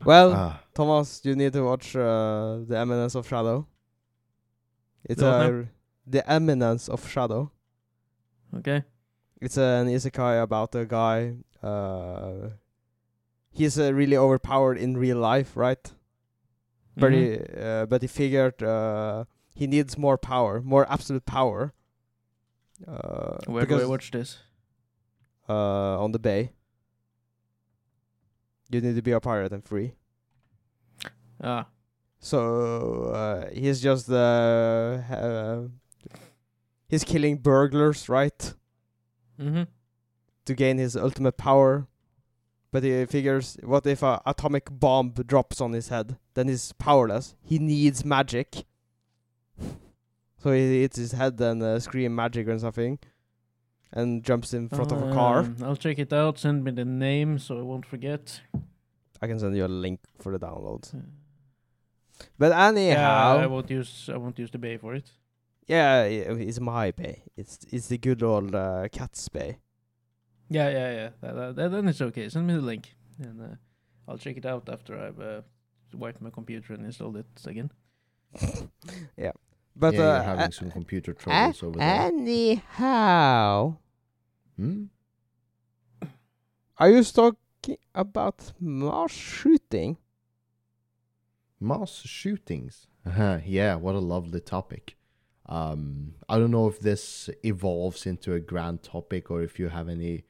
B: well,
C: Ah,
B: Thomas, you need to watch uh, the Eminence of Shadow. It's
A: The what
B: a, the Eminence of Shadow.
A: Okay.
B: It's an isekai about a guy. Uh, he's uh, really overpowered in real life, right? But
A: Mhm.
B: he, uh, but he figured uh, he needs more power, more absolute power. Uh,
A: Where do I watch this?
B: Uh, on the bay. You need to be a pirate and free.
A: Ah,
B: So uh, he's just uh, ha- uh, he's killing burglars, right?
A: mm-hmm.
B: to gain his ultimate power. But he figures, what if a atomic bomb drops on his head? Then he's powerless. He needs magic. So he hits his head and uh, scream magic or something, and jumps in front
A: Oh,
B: of a car.
A: Um, I'll check it out. Send me the name so I won't forget.
B: I can send you a link for the download.
A: Uh,
B: But
A: I
B: anyhow,
A: won't use I won't use the bay for it.
B: yeah, i- it's my bay. It's it's the good old uh, cat's bay.
A: Yeah, yeah, yeah. That, that, that- then it's okay. Send me the link, and uh, I'll check it out after I've uh, wiped my computer and installed it again.
B: But
C: yeah,
B: uh,
C: you're having
B: a-
C: some computer troubles over there.
B: anyhow,
C: Hmm?
B: are you talking about mass shooting?
C: Mass shootings. Uh-huh, yeah, what a lovely topic. Um, I don't know if this evolves into a grand topic or if you have any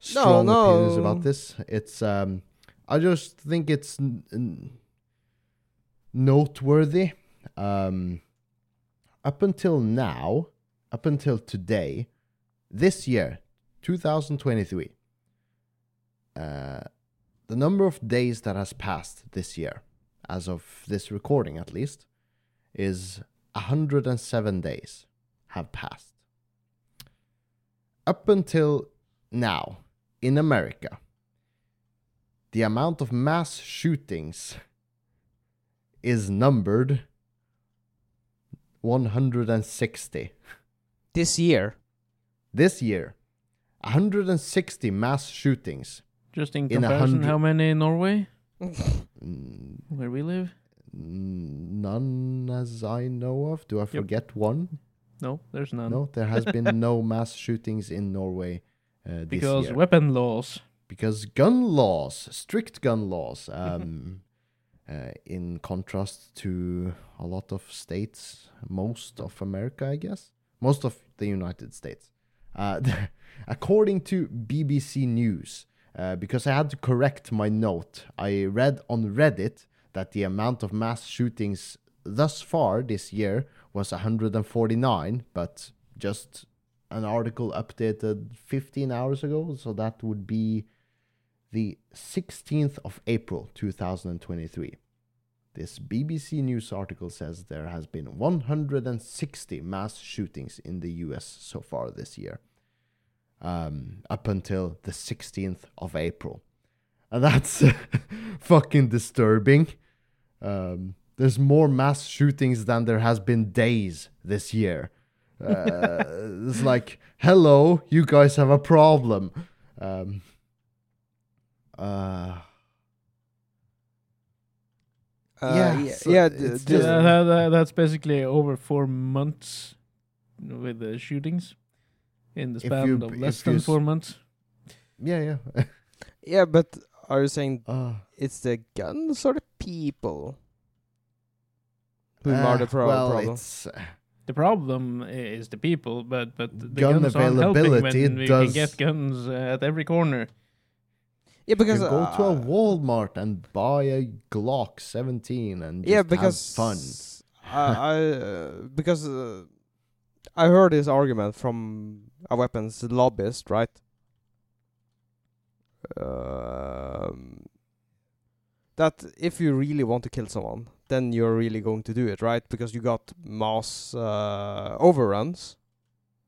C: strong opinions
B: no.
C: about this. It's um, I just think it's n- n- noteworthy. Um, up until now, up until today, this year, 2023, uh, the number of days that has passed this year, as of this recording at least, is 107 days have passed. Up until now, in America, the amount of mass shootings is numbered 160
B: this year.
C: this year 160 mass shootings
A: Just in
C: a
A: comparison,
C: hundred-
A: how many in Norway,
B: Uh,
C: Mm,
A: where we live?
C: none as i know of do i forget one
A: No, there's none.
C: no there has been no mass shootings in norway uh, this
A: because
C: year.
A: weapon laws.
C: because gun laws strict gun laws um uh, in contrast to a lot of states, most of America, I guess, most of the United States. Uh, according to BBC News, uh, because I had to correct my note, I read on Reddit that the amount of mass shootings thus far this year was 149, but just an article updated 15 hours ago, so that would be the 16th of April 2023. This BBC News article says there has been 160 mass shootings in the US so far this year, um, up until the 16th of April. And that's fucking disturbing. Um, there's more mass shootings than there has been days this year. Uh, it's like, hello, you guys have a problem. Um, uh,
B: Uh,
C: Yeah,
B: yeah,
C: so
B: yeah,
C: it's
B: ju-
C: just-
A: That- that- that- that's basically over four months with the shootings in the
C: If you-
A: span of less
C: if you
A: than
C: s-
A: four months.
C: yeah, yeah.
B: yeah, but are you saying
C: uh,
B: it's the guns or the people who are the
C: uh,
B: pro-
C: well,
B: problem?
C: It's, uh,
A: The problem eh, is the people, but but the
C: Gun
A: guns aren't helping
C: availability
A: when we can
C: does-
A: get guns uh, at every corner.
B: Yeah,
C: you
B: because
C: go to a
B: uh,
C: Walmart and buy a Glock 17 and just
B: yeah because
C: have fun.
B: I, I uh, because uh, I heard this argument from a weapons lobbyist, right? Um, that if you really want to kill someone, then you're really going to do it, right? Because you got mass uh, overruns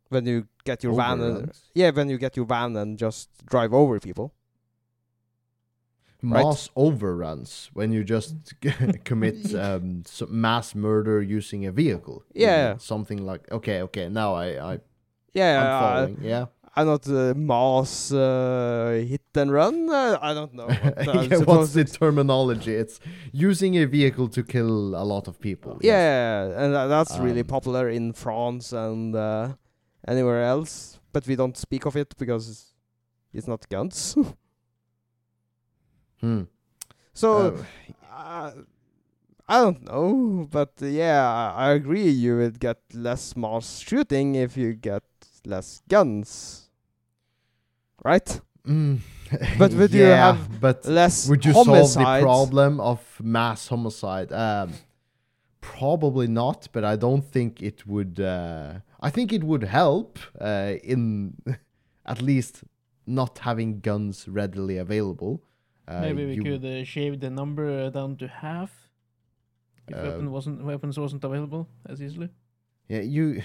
B: when you get your van. And,
C: Overruns.
B: yeah, when you get your van and just drive over people. right?
C: Mass overruns when you just commit um, s- mass murder using a vehicle. You
B: Yeah.
C: know, Something like, okay, okay, now I, I,
B: Yeah,
C: I'm
B: I-
C: following. Yeah.
B: I not uh, mass uh, hit and run. Uh, I don't know. What
C: yeah,
B: I'm
C: what's
B: supposed
C: the terminology? It's using a vehicle to kill a lot of people.
B: to- yeah, and tha- that's really
C: Um,
B: popular in France and uh, anywhere else, but we don't speak of it because it's not guns.
C: Yes. Hmm.
B: so
C: Uh,
B: uh, I don't know, but uh, yeah, I I agree. You would get less mass shooting if you get less guns, right?
C: mm,
B: But would you
C: yeah,
B: have
C: But
B: Less
C: would you
B: homicides.
C: solve the problem of mass homicide? Um, probably not. But I don't think it would. Uh, I think it would help uh, in at least not having guns readily available. Uh,
A: Maybe we
C: you-
A: could uh, shave the number uh, down to half if
C: Uh,
A: weapon wasn't weapons wasn't available as easily.
C: Yeah, you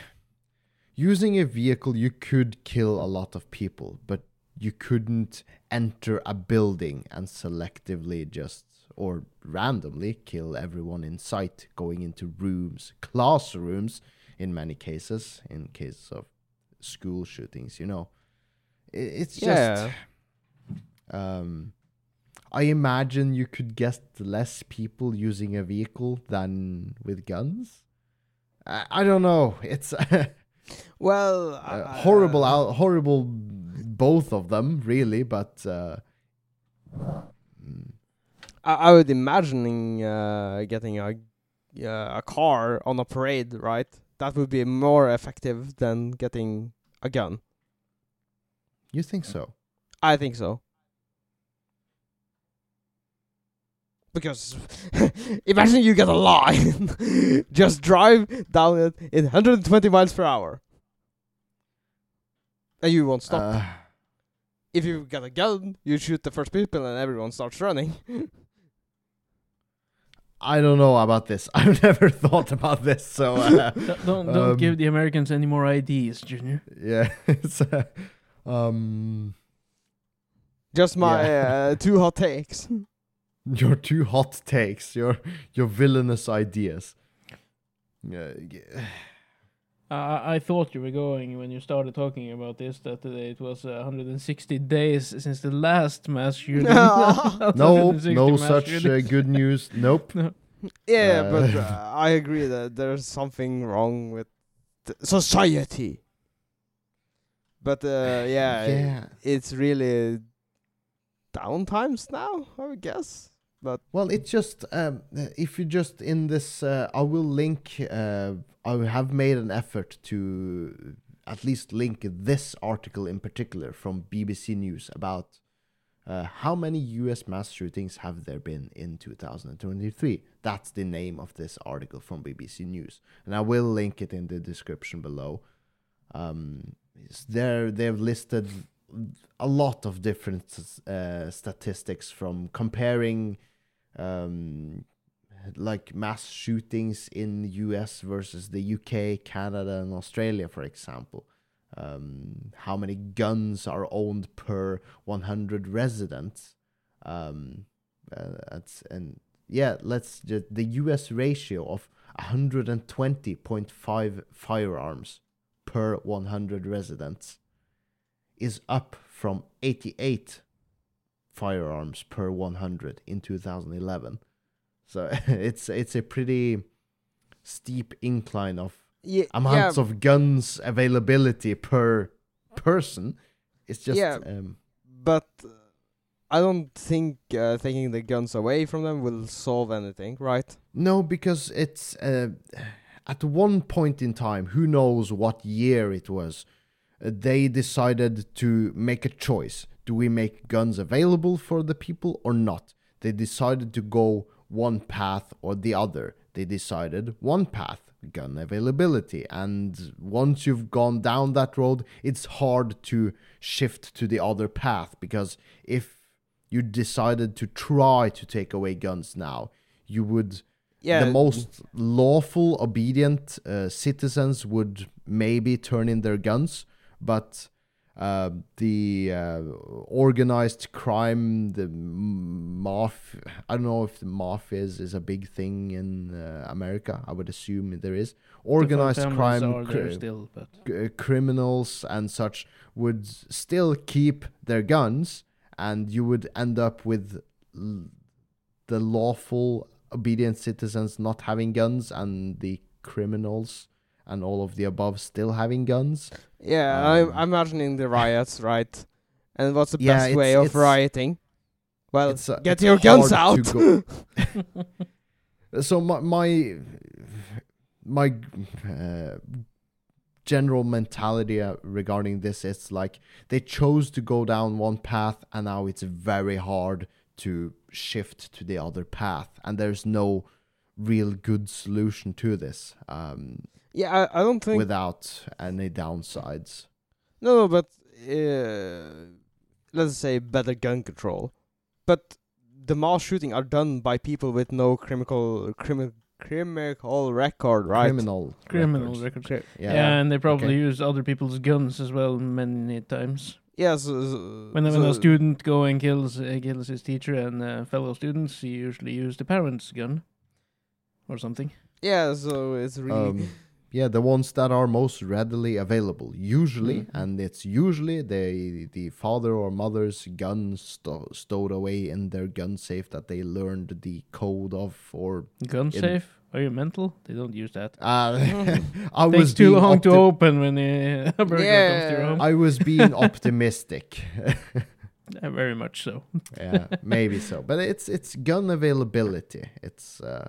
C: using a vehicle, you could kill a lot of people, but you couldn't enter a building and selectively just or randomly kill everyone in sight, going into rooms, classrooms in many cases, in case of school shootings, you know. I- It's just
B: Yeah.
C: um I imagine you could get less people using a vehicle than with guns. I, I don't know. It's a
B: Well, I-
C: uh,
B: uh,
C: horrible,
B: I-
C: out, horrible, both of them really. But uh, mm,
B: I, I would imagining uh, getting a uh, a car on a parade, right? That would be more effective than getting a gun.
C: you think so?
B: I think so. Because imagine you get a line, just drive down it in 120 miles per hour, and you won't stop.
C: Uh,
B: if you get a gun, you shoot the first people, and everyone starts running.
C: I don't know about this. I've never thought about this. So uh,
A: Don't don't, don't
C: Um,
A: give the Americans any more ideas, Junior.
C: yeah, it's uh, um,
B: Just my
C: Yeah.
B: uh, two hot takes.
C: your two hot takes, your your villainous ideas. Yeah, yeah.
A: I I thought you were going when you started talking about this that uh, it was uh, 160 days since the last mass shooting. Not
C: No,
A: 160
C: no
A: mass
C: such uh,
A: shootings.
C: good news. Nope.
B: Yeah,
C: Uh,
B: but uh, I agree that there's something wrong with the society. But uh, yeah, i-
C: Yeah.
B: it's really downtimes now, I would guess. But
C: Well, it's just um, if you just in this, uh, I will link. Uh, I have made an effort to at least link this article in particular from BBC News about uh, how many U.S. mass shootings have there been in 2023. That's the name of this article from BBC News, and I will link it in the description below. Um, it's there, they've listed a lot of different uh, statistics from comparing um, like mass shootings in US versus the UK, Canada, and Australia, for example. Um, how many guns are owned per 100 residents? Um, uh, that's and yeah, let's just the US ratio of 120.5 firearms per 100 residents is up from 88 firearms per 100 in 2011. So it's it's a pretty steep incline of
B: yeah,
C: amounts
B: yeah,
C: of guns availability per person. It's just
B: Yeah.
C: um,
B: but uh, I don't think uh, taking the guns away from them will solve anything, right?
C: no because it's uh, at one point in time, who knows what year it was, uh, they decided to make a choice. Do we make guns available for the people or not? They decided to go one path or the other. They decided one path, gun availability. And once you've gone down that road, it's hard to shift to the other path because if you decided to try to take away guns now, you would
B: Yeah.
C: the most lawful, obedient uh, citizens would maybe turn in their guns, but uh, the uh, organized crime, the maf, I don't know if the mafia is, is a big thing in uh, America. I would assume there is organized
A: families
C: crime.
A: are there
C: cri-
A: still, but
C: c- uh, criminals and such would still keep their guns, and you would end up with l- the lawful, obedient citizens not having guns, and the criminals and all of the above still having guns.
B: Yeah,
C: Um,
B: I'm imagining the riots, right? And what's the
C: Yeah,
B: best way
C: it's-
B: of
C: it's-
B: rioting? Well,
C: It's, uh,
B: get
C: it's
B: your guns
C: hard
B: out.
C: to so my my my uh, general mentality uh, regarding this is like they chose to go down one path and now it's very hard to shift to the other path and there's no real good solution to this um,
B: yeah, I, I don't think.
C: without any downsides
B: No, no, but uh, let's say better gun control. But the mass shooting are done by people with no criminal criminal criminal record, right?
C: criminal
A: criminal
C: records.
A: records.
B: Cri-
A: Yeah,
C: yeah,
A: and they probably
C: okay.
A: use other people's guns as well many times.
B: Yeah, so, so,
A: When, when
B: so-
A: a student go and kills uh, kills his teacher and uh, fellow students, he usually use the parents' gun or something.
B: Yeah, so it's really.
C: um, yeah the ones that are most readily available usually
A: Mhm.
C: and it's usually the the father or mother's gun sto- stowed away in their gun safe that they learned the code of or
A: Gun
C: In-
A: safe? Are you mental? They don't use that.
C: uh, i
A: Mm. Takes
C: was
A: too
C: being
A: long to
C: opti-
A: open when uh, a burglar comes to your
B: Yeah.
A: home.
C: i was being optimistic
A: Yeah, very much so.
C: yeah maybe so but it's it's gun availability it's uh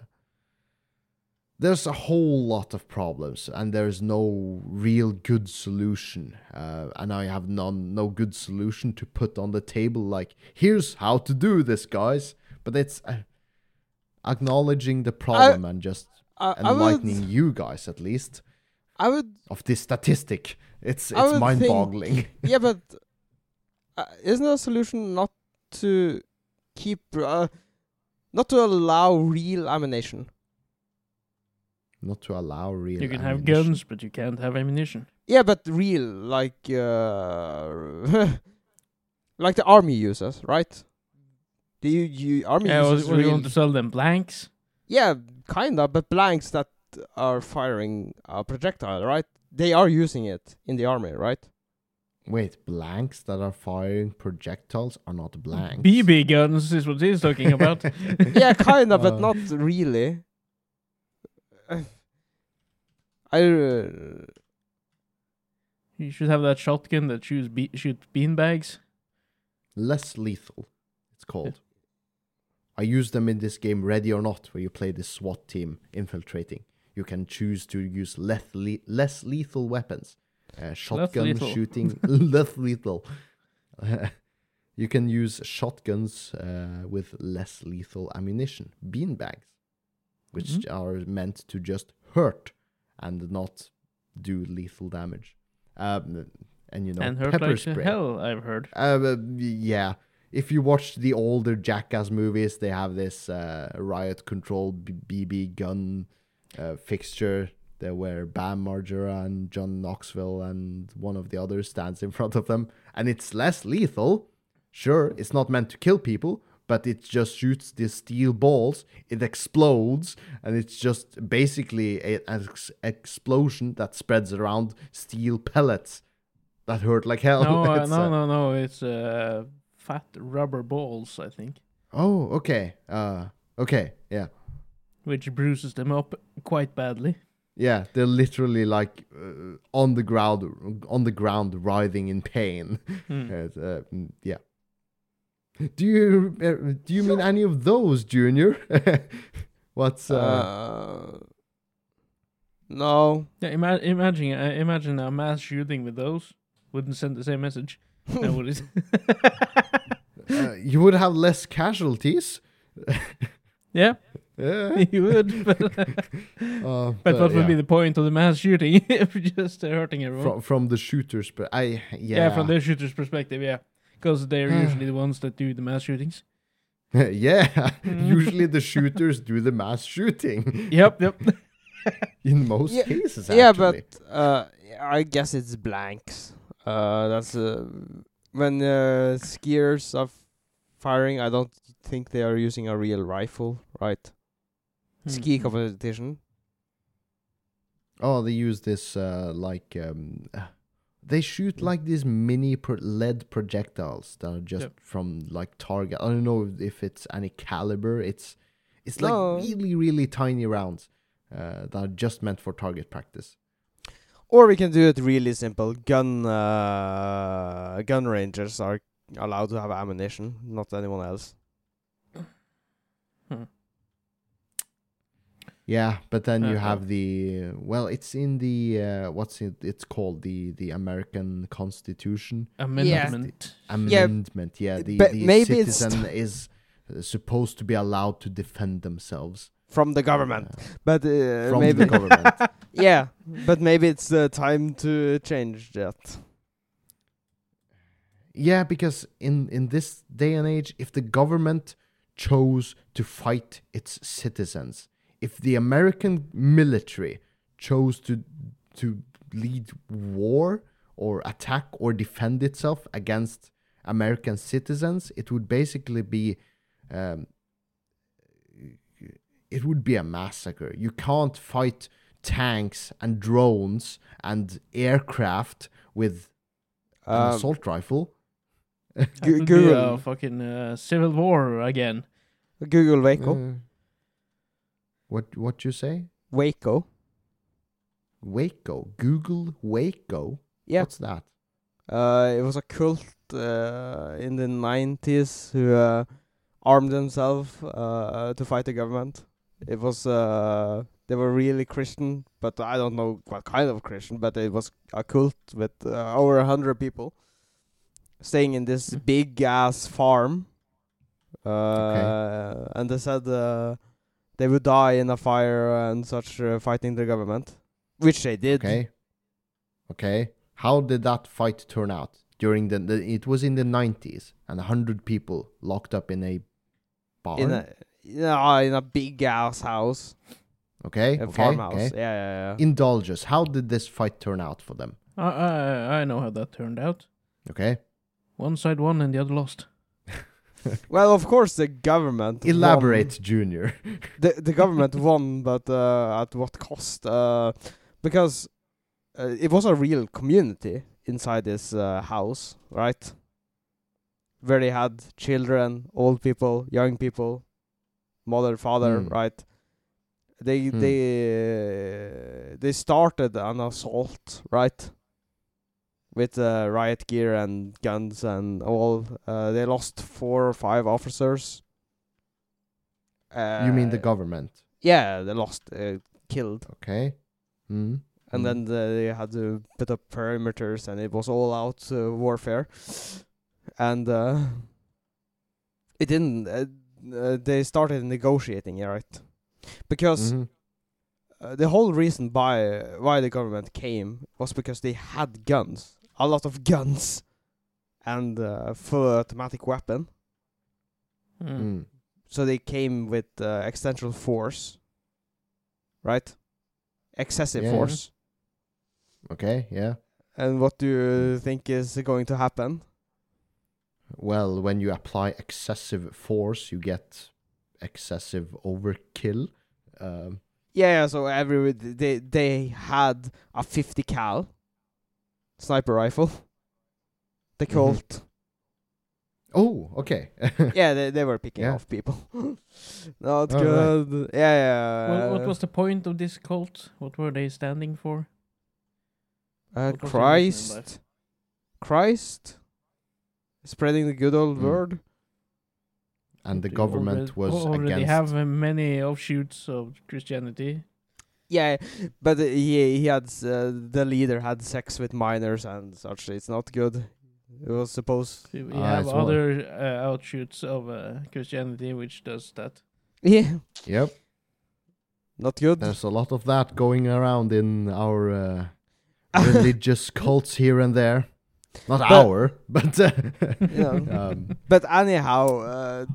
C: there's a whole lot of problems and there's no real good solution uh, and i have none no good solution to put on the table like here's how to do this guys but it's uh, acknowledging the problem and just
B: I, I
C: enlightening
B: would,
C: you guys at least
B: I would
C: of this statistic it's
B: I
C: it's
B: would think-
C: mind-boggling
B: yeah, but uh, isn't there a solution not to keep, uh, not to allow real ammunition?
C: not to allow real
A: You can have
C: ammunition.
A: guns, but you can't have ammunition.
B: Yeah, but real, like, uh, like the army uses, right? The you, you army
A: Yeah,
B: uses
A: what, what do you
B: real-
A: want to sell them? Blanks?
B: yeah, kinda, but blanks that are firing a projectile, right? They are using it in the army, right?
C: Wait, blanks that are firing projectiles are not blanks.
A: BB guns is what he's talking about.
B: yeah, kinda, but
C: Uh.
B: not really. Uh, I uh,
A: you should have that shotgun that shoots be- shoot beanbags.
C: Less lethal, it's called. I use them in this game Ready or Not, where you play this SWAT team infiltrating. You can choose to use less, le- less lethal weapons, uh, shotgun
A: lethal.
C: shooting, less lethal. you can use shotguns uh, with less lethal ammunition, beanbags, which
A: Mhm.
C: are meant to just hurt and not do lethal damage. Um, and you know,
A: and hurt
C: pepper
A: like
C: spray.
A: hell, I've heard.
C: Uh, but y- yeah. If you watch the older Jackass movies, they have this uh, riot control B- BB gun uh, fixture there where Bam Margera and John Knoxville and one of the others stands in front of them. And it's less lethal. Sure, it's not meant to kill people, but it just shoots these steel balls. It explodes, and it's just basically a, an ex- explosion that spreads around steel pellets that hurt like hell.
A: No, uh,
C: It's, uh,
A: no, no, no. It's uh, fat rubber balls, I think,
C: Oh, okay. Uh, okay. Yeah,
A: which bruises them up quite badly.
C: yeah. They're literally like uh, on the ground, on the ground, writhing in pain.
A: Hmm.
C: Uh, uh, mm, yeah. Do you uh, do you mean any of those, Junior? What's uh,
B: Uh, no.
A: Yeah, ima- imagine, uh, imagine a mass shooting with those wouldn't send the same message. no, would it?
C: uh, you would have less casualties.
A: yeah,
C: Yeah.
A: you would. But,
C: Uh,
A: but what
C: yeah.
A: would be the point of the mass shooting if you're just uh, hurting everyone?
C: from from the shooters? But I yeah.
A: yeah. from the shooter's perspective, yeah, because they're usually the ones that do the mass shootings.
C: yeah. Usually the shooters do the mass shooting
A: Yep, yep. Hmm.
C: in most
B: Yeah,
C: cases.
B: Yeah,
C: actually.
B: but uh, I guess it's blanks. Uh, that's uh, when uh, skiers are firing. I don't think they are using a real rifle, right? Ski
A: Hmm.
B: competition.
C: Oh, they use this uh, like um, uh, they shoot like these mini pro- lead projectiles that are just
A: Yep.
C: from like target. I don't know if it's any caliber. It's it's like
B: No.
C: really really tiny rounds uh, that are just meant for target practice.
B: Or we can do it really simple. Gun uh, gun rangers are allowed to have ammunition, not anyone else.
C: Yeah, but then you
A: Uh-huh.
C: have the well, it's in the uh, what's it? It's called the the American Constitution
A: Amendment.
C: amendment. Yeah, the,
B: but
C: the
B: maybe it's-
C: citizen is uh, supposed to be allowed to defend themselves
B: From the government,
C: uh,
B: but uh,
C: from
B: maybe
C: the government.
B: yeah, but maybe it's uh, time to change that.
C: Yeah, because in in this day and age, if the government chose to fight its citizens, if the American military chose to to lead war or attack or defend itself against American citizens, it would basically be um, it would be a massacre. You can't fight tanks and drones and aircraft with an
B: Um,
C: assault rifle.
A: That would be
B: Google.
A: a fucking uh, civil war again.
B: Um, Google Waco.
C: Uh, what what you say?
B: Waco.
C: Waco. Google Waco.
B: Yeah.
C: What's that?
B: Uh, it was a cult uh, in the 90s who uh, armed themselves uh, to fight the government. It was uh, they were really Christian, but I don't know what kind of Christian. But it was a cult with uh, over a hundred people staying in this
A: Mm.
B: big ass farm. Uh, And they said uh, they would die in a fire and such, uh, fighting the government, which they did.
C: Okay. Okay. How did that fight turn out? During the, the it was in the nineties and a hundred people locked up in a barn.
B: in a yeah, in a big ass house,
C: okay.
B: a
C: okay.
B: farmhouse.
C: okay.
B: Yeah, yeah, yeah.
C: Indulge us. How did this fight turn out for them?
A: I, I I know how that turned out.
C: Okay.
A: One side won and the other lost.
B: well, of course, the government won-
C: Elaborate, Junior.
B: The the government won, but uh, at what cost? Uh, because uh, it was a real community inside this uh, house, right? Where they had children, old people, young people, mother, father,
C: Hmm.
B: right? They
C: Hmm.
B: they uh, they started an assault, right? With uh, riot gear and guns and all. Uh, they lost four or five officers. Uh,
C: you mean the government?
B: Yeah, they lost, uh, killed,
C: Okay. Mm.
B: and
C: Mm.
B: then the, they had to put up perimeters, and it was all out uh, warfare, and uh, it didn't. Uh, uh, they started negotiating, yeah, right? Because
C: Mhm.
B: uh, the whole reason why why the government came was because they had guns, a lot of guns, and uh, full automatic weapon.
A: Mm.
C: Mm.
B: So they came with uh, extension force, right? Excessive
C: Yeah, yeah.
B: force.
C: Okay. Yeah.
B: And what do you think is going to happen?
C: Well, when you apply excessive force, you get excessive overkill. Um,
B: Yeah, yeah, so every they they had a 50 cal sniper rifle. They
C: Mhm.
B: called
C: oh, okay.
B: yeah, they, they were picking
C: Yeah.
B: off people. Not
C: Oh, right.
B: good. Yeah, yeah.
A: Well, what was the point of this cult? What were they standing for?
B: uh,
A: what was the reason in
B: Christ? Christ spreading the good old
C: Mm.
B: word.
C: and the
A: They
C: government
A: already,
C: was
A: already
C: against.
A: have uh, many offshoots of Christianity.
B: Yeah, but uh, he he had s- uh, the leader had sex with minors and such. It's not good. It was supposed.
A: We we
C: Ah,
A: have
C: it's one.
A: other uh, outshoots of uh, Christianity which does that.
B: Yeah,
C: Yep.
B: not good.
C: There's a lot of that going around in our uh, religious cults here and there. Not
B: But-
C: our, but uh,
B: Yeah.
C: um,
B: But anyhow, uh,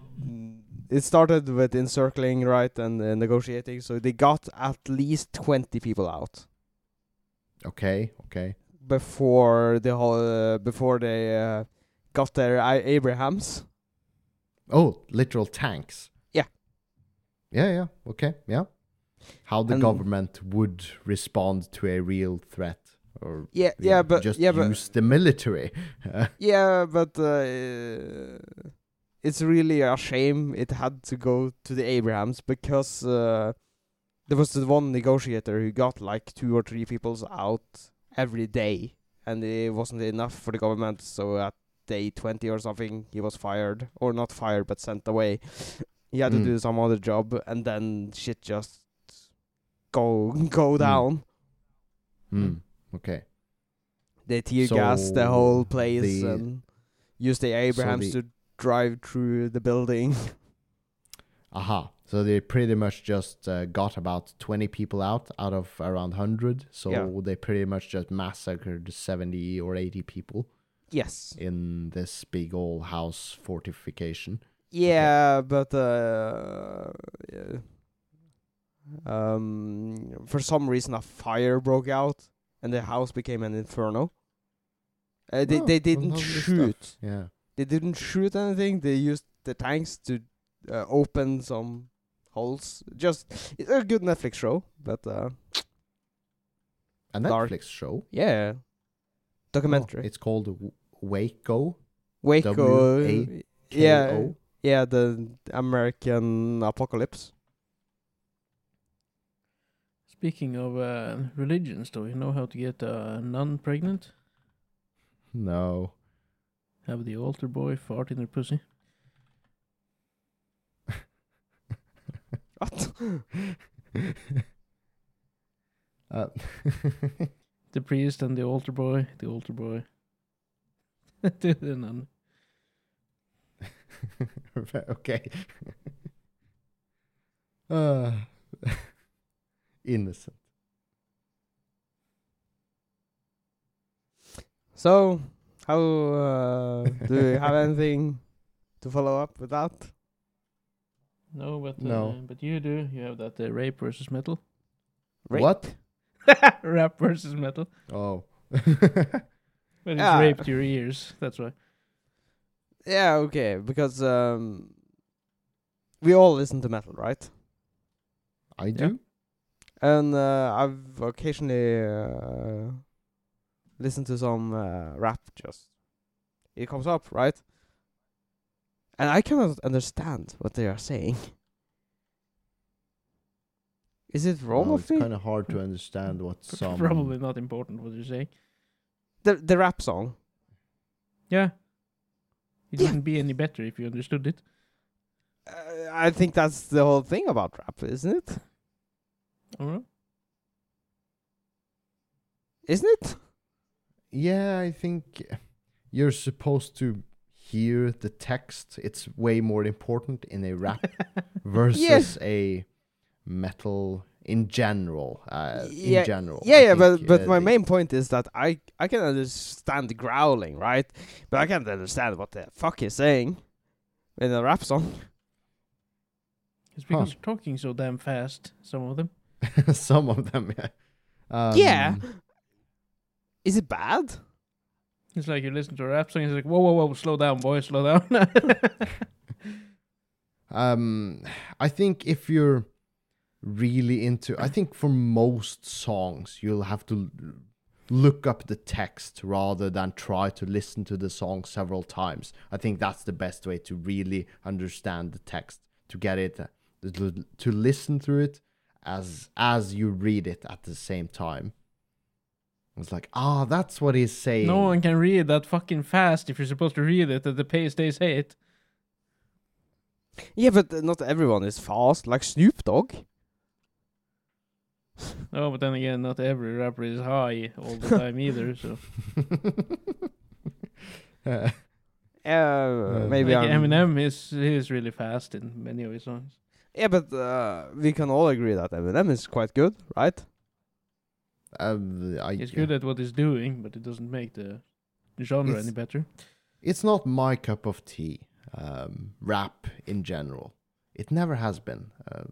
B: it started with encircling, right, and uh, negotiating. So they got at least twenty people out.
C: okay, okay.
B: before the whole uh, before they uh, got their I- Abrahams.
C: Oh, literal tanks.
B: Yeah.
C: Yeah, yeah. Okay, yeah. How the
B: And-
C: government would respond to a real threat, or
B: Yeah,
C: you
B: yeah,
C: know,
B: but
C: just
B: yeah, but
C: use the military. Hmm.
B: yeah, but uh, it's really a shame it had to go to the Abrahams because uh, there was the one negotiator who got like two or three peoples out every day, and it wasn't enough for the government. So at day twenty or something, he was fired, or not fired, but sent away. he had to
C: Mm.
B: do some other job, and then shit just go go
C: Mm.
B: down.
C: Hmm. Okay.
B: They tear gas the
C: So
B: whole place
C: the-
B: and use the Abrahams
C: the-
B: to drive through the building.
C: Aha. So they pretty much just uh, got about 20 people out out of around 100. So
B: Yeah.
C: they pretty much just massacred 70 or 80 people
B: yes.
C: in this big old house fortification.
B: Yeah, but uh, yeah. um, for some reason a fire broke out and the house became an inferno. Uh, they
C: Oh,
B: they
C: well,
B: didn't
C: lovely stuff.
B: shoot.
C: Yeah.
B: They didn't shoot anything. They used the tanks to uh, open some holes. Just it's a good Netflix show, but uh,
C: A
B: Dark.
C: Netflix show.
B: yeah, documentary.
C: Oh, it's called W- Waco.
B: Waco.
C: W
B: Yeah,
C: K.O..
B: yeah, the American apocalypse.
A: Speaking of uh, religions, though, you know how to get a nun pregnant?
C: No.
A: Have the altar boy fart in her pussy?
B: What?
C: Uh,
A: The priest and the altar boy, the altar boy. to the nun.
C: okay. uh, innocent.
B: So, how uh, do you have anything to follow up with that?
A: No, but uh,
C: No.
A: but you do. You have that uh, rape versus metal.
B: Rape?
C: What?
A: Rap versus metal.
C: Oh.
A: But it's
B: Ah.
A: rape to your ears. That's why.
B: Yeah, okay, because um, we all listen to metal, right?
C: I
A: Yeah.
C: do.
B: And uh, I've occasionally uh, listened to some uh, rap. Just it comes up, right? And I cannot understand what they are saying. Is it wrong
C: No,
B: of
C: it's
B: me?
C: kind of hard to understand what some.
A: Probably not important what you're saying.
B: the the rap song.
A: Yeah. It
B: Yeah.
A: wouldn't be any better if you understood it.
B: Uh, I think that's the whole thing about rap, isn't it?
A: I don't know.
B: Isn't it?
C: Yeah, I think you're supposed to hear the text. It's way more important in a rap versus a metal in general. Uh,
B: Yeah,
C: in general.
B: yeah,
C: I
B: yeah, but
C: think,
B: but
C: uh,
B: my
C: they-
B: main point is that I I can understand the growling, right? But I can't understand what the fuck he's saying in a rap song.
A: It's
C: Huh.
A: because you're talking so damn fast, some of them.
C: some of them. Yeah. Um,
B: yeah. Is it bad?
A: It's like you listen to a rap song, it's like, whoa, whoa, whoa, slow down, boy, slow down.
C: Um, I think if you're really into, I think for most songs you'll have to l- look up the text rather than try to listen to the song several times. I think that's the best way to really understand the text, to get it, uh, to to listen through it as as you read it at the same time. It's like, ah, that's what he's saying.
A: no one can read that fucking fast if you're supposed to read it at the pace they say it.
B: Yeah, but uh, not everyone is fast, like Snoop Dogg.
A: Oh, but then again, not every rapper is high all the time either. So
C: Uh,
B: Uh, maybe
A: like
B: I'm-
A: Eminem is he is really fast in many of his songs.
B: Yeah, but uh, we can all agree that Eminem is quite good, right?
C: um, I,
A: He's good at what he's doing, but it doesn't make the genre
C: It's-
A: any better.
C: it's not my cup of tea. Um, rap in general, it never has been. Uh,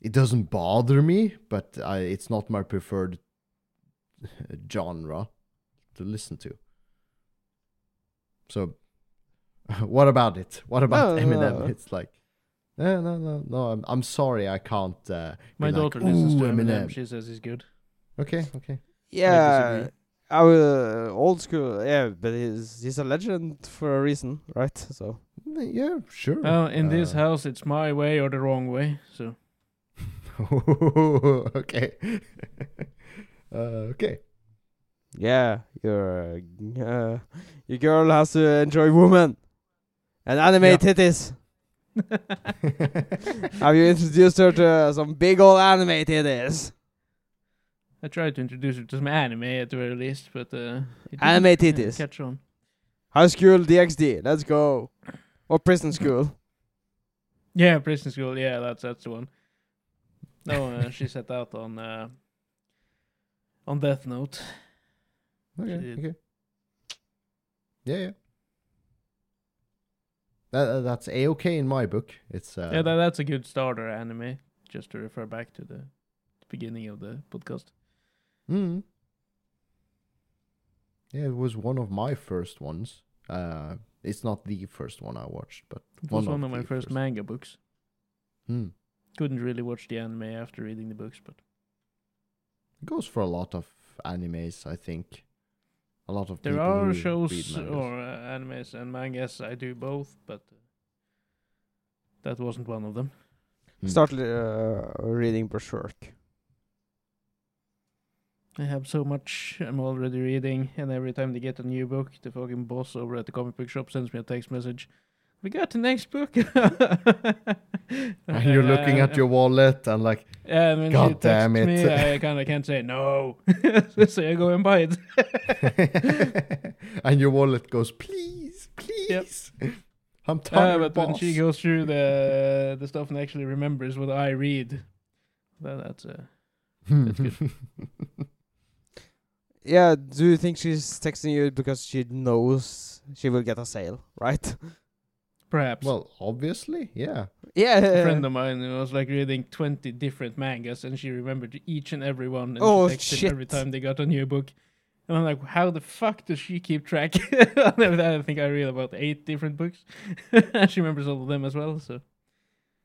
C: it doesn't bother me, but I, it's not my preferred genre to listen to. So, what about it? What
B: No,
C: about
B: no,
C: Eminem?
B: no.
C: It's like, no, no, no, no. I'm, I'm sorry, I can't. Uh, be
A: My
C: like,
A: daughter listens
C: "Ooh,
A: to Eminem. She says he's good.
C: Okay, okay.
B: Yeah,
A: disagree.
B: our uh, old school. Yeah, but he's he's a legend for a reason, right? So
C: Yeah, sure.
A: Well, Oh, in this
C: Uh,
A: house, it's my way or the wrong way. So
C: okay. uh, okay.
B: yeah, your uh, your girl has to enjoy woman and anime
A: Yeah.
B: titties. Have you introduced her to uh, some big old anime titties?
A: I tried to introduce her to some anime at the very least, but uh, it didn't,
B: Anime
A: uh,
B: titties.
A: Catch on.
B: High school DxD. Let's go. Or prison school.
A: Yeah, prison school. Yeah, that's that's the one. No, uh, she set out on uh, on Death Note.
C: Okay.
A: Shit.
C: Okay. Yeah, yeah. That, uh, that's a okay in my book. It's uh,
A: yeah, that, that's a good starter anime. Just to refer back to the beginning of the podcast.
C: Mm. Yeah, it was one of my first ones. Uh, it's not the first one I watched, but
A: It was
C: One
A: one
C: of
A: of my
C: the
A: first
C: first.
A: manga books.
C: mm,
A: Couldn't really watch the anime after reading the books, but
C: it goes for a lot of animes. I think a lot of
A: there
C: people
A: are
C: who read
A: shows
C: mangas.
A: or uh, animes and mangas. I do both, but uh, that wasn't one of them. Hmm.
C: Mm.
B: Start uh, reading Berserk.
A: I have so much I'm already reading, and every time they get a new book, the fucking boss over at the comic book shop sends me a text message. We got the next book. uh,
C: And you're looking at your wallet and like,
A: Yeah, and when
C: God
A: she texts
C: damn it.
A: me, I kind of can't say no, so I go and buy it.
C: and your wallet goes, please, please. I'm tired,
A: Uh, but
C: boss.
A: when she goes through the the stuff and actually remembers what I read, that, that's uh,
C: Hmm.
A: that's good.
B: Yeah, do you think she's texting you because she knows she will get a sale, right?
A: perhaps.
C: well, obviously, yeah.
B: yeah.
A: a friend of mine who was like reading 20 different mangas and she remembered each and every one and
B: Oh,
A: she texted
B: shit.
A: every time they got a new book and i'm like how the fuck does she keep track And then i think i read about eight different books she remembers all of them as well so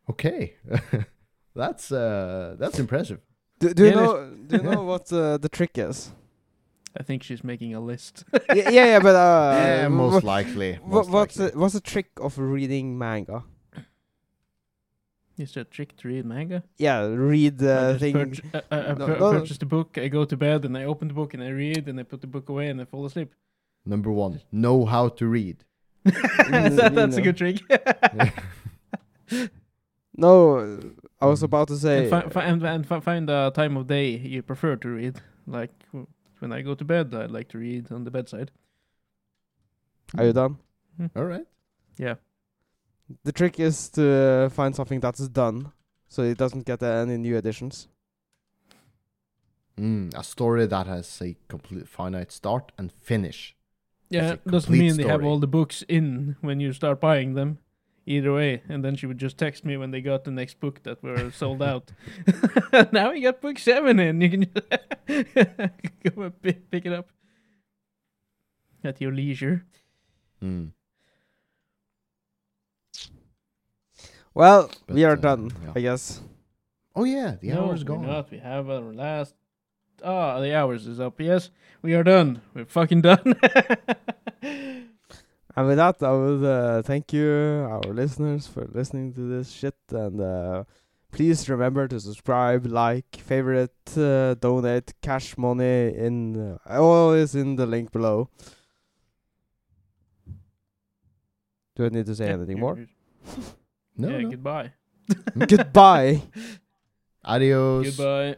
C: Okay. that's uh that's impressive.
B: Do, do you
A: Yeah, there's-
B: know? Do you know what uh, the trick is?
A: i think she's making a list
B: Y- yeah, yeah, but uh,
C: yeah, most
B: wha-
C: likely.
B: wha-
C: Most
B: what's
C: likely.
B: the, what's the trick of reading manga?
A: is there a trick to read manga
B: Yeah, read
A: I
B: the
A: just
B: thing.
A: purch- I, I, I
B: No,
A: pur-
B: no, no.
A: purchase the book i go to bed and i open the book and i read and i put the book away and i fall asleep
C: Number one, know how to read.
A: That- that's a good trick.
B: No, I was
C: Mm.
B: about to say.
A: Hmm. and, fi- fi- and, and fi- find a time of day you prefer to read. Like w- when I go to bed, I like to read on the bedside.
B: are you done?
C: All right.
B: The trick is to find something that's done, so it doesn't get any new additions.
C: Mm, a story that has a complete finite start and finish.
A: Yeah,
C: It's a
A: doesn't
C: complete
A: mean they have
C: story.
A: all the books in when you start buying them. Either way, and then she would just text me when they got the next book that were sold out. now we got book seven in. You can just go and pi- pick it up at your leisure.
C: Mm.
B: Well,
C: But,
B: we are
C: uh,
B: done,
C: yeah.
B: I guess.
C: Oh yeah, the
A: no,
C: hour's
A: we're
C: gone.
A: not. We have our last. Ah, the hours is up. Yes, we are done. We're fucking done.
B: And with that, I would uh, thank you, our listeners, for listening to this shit. And uh, please remember to subscribe, like, favorite, uh, donate, cash money in uh, all is in the link below. Do I need to say anything more?
C: No,
A: yeah,
C: no.
A: goodbye.
B: Goodbye.
C: Adios.
A: Goodbye.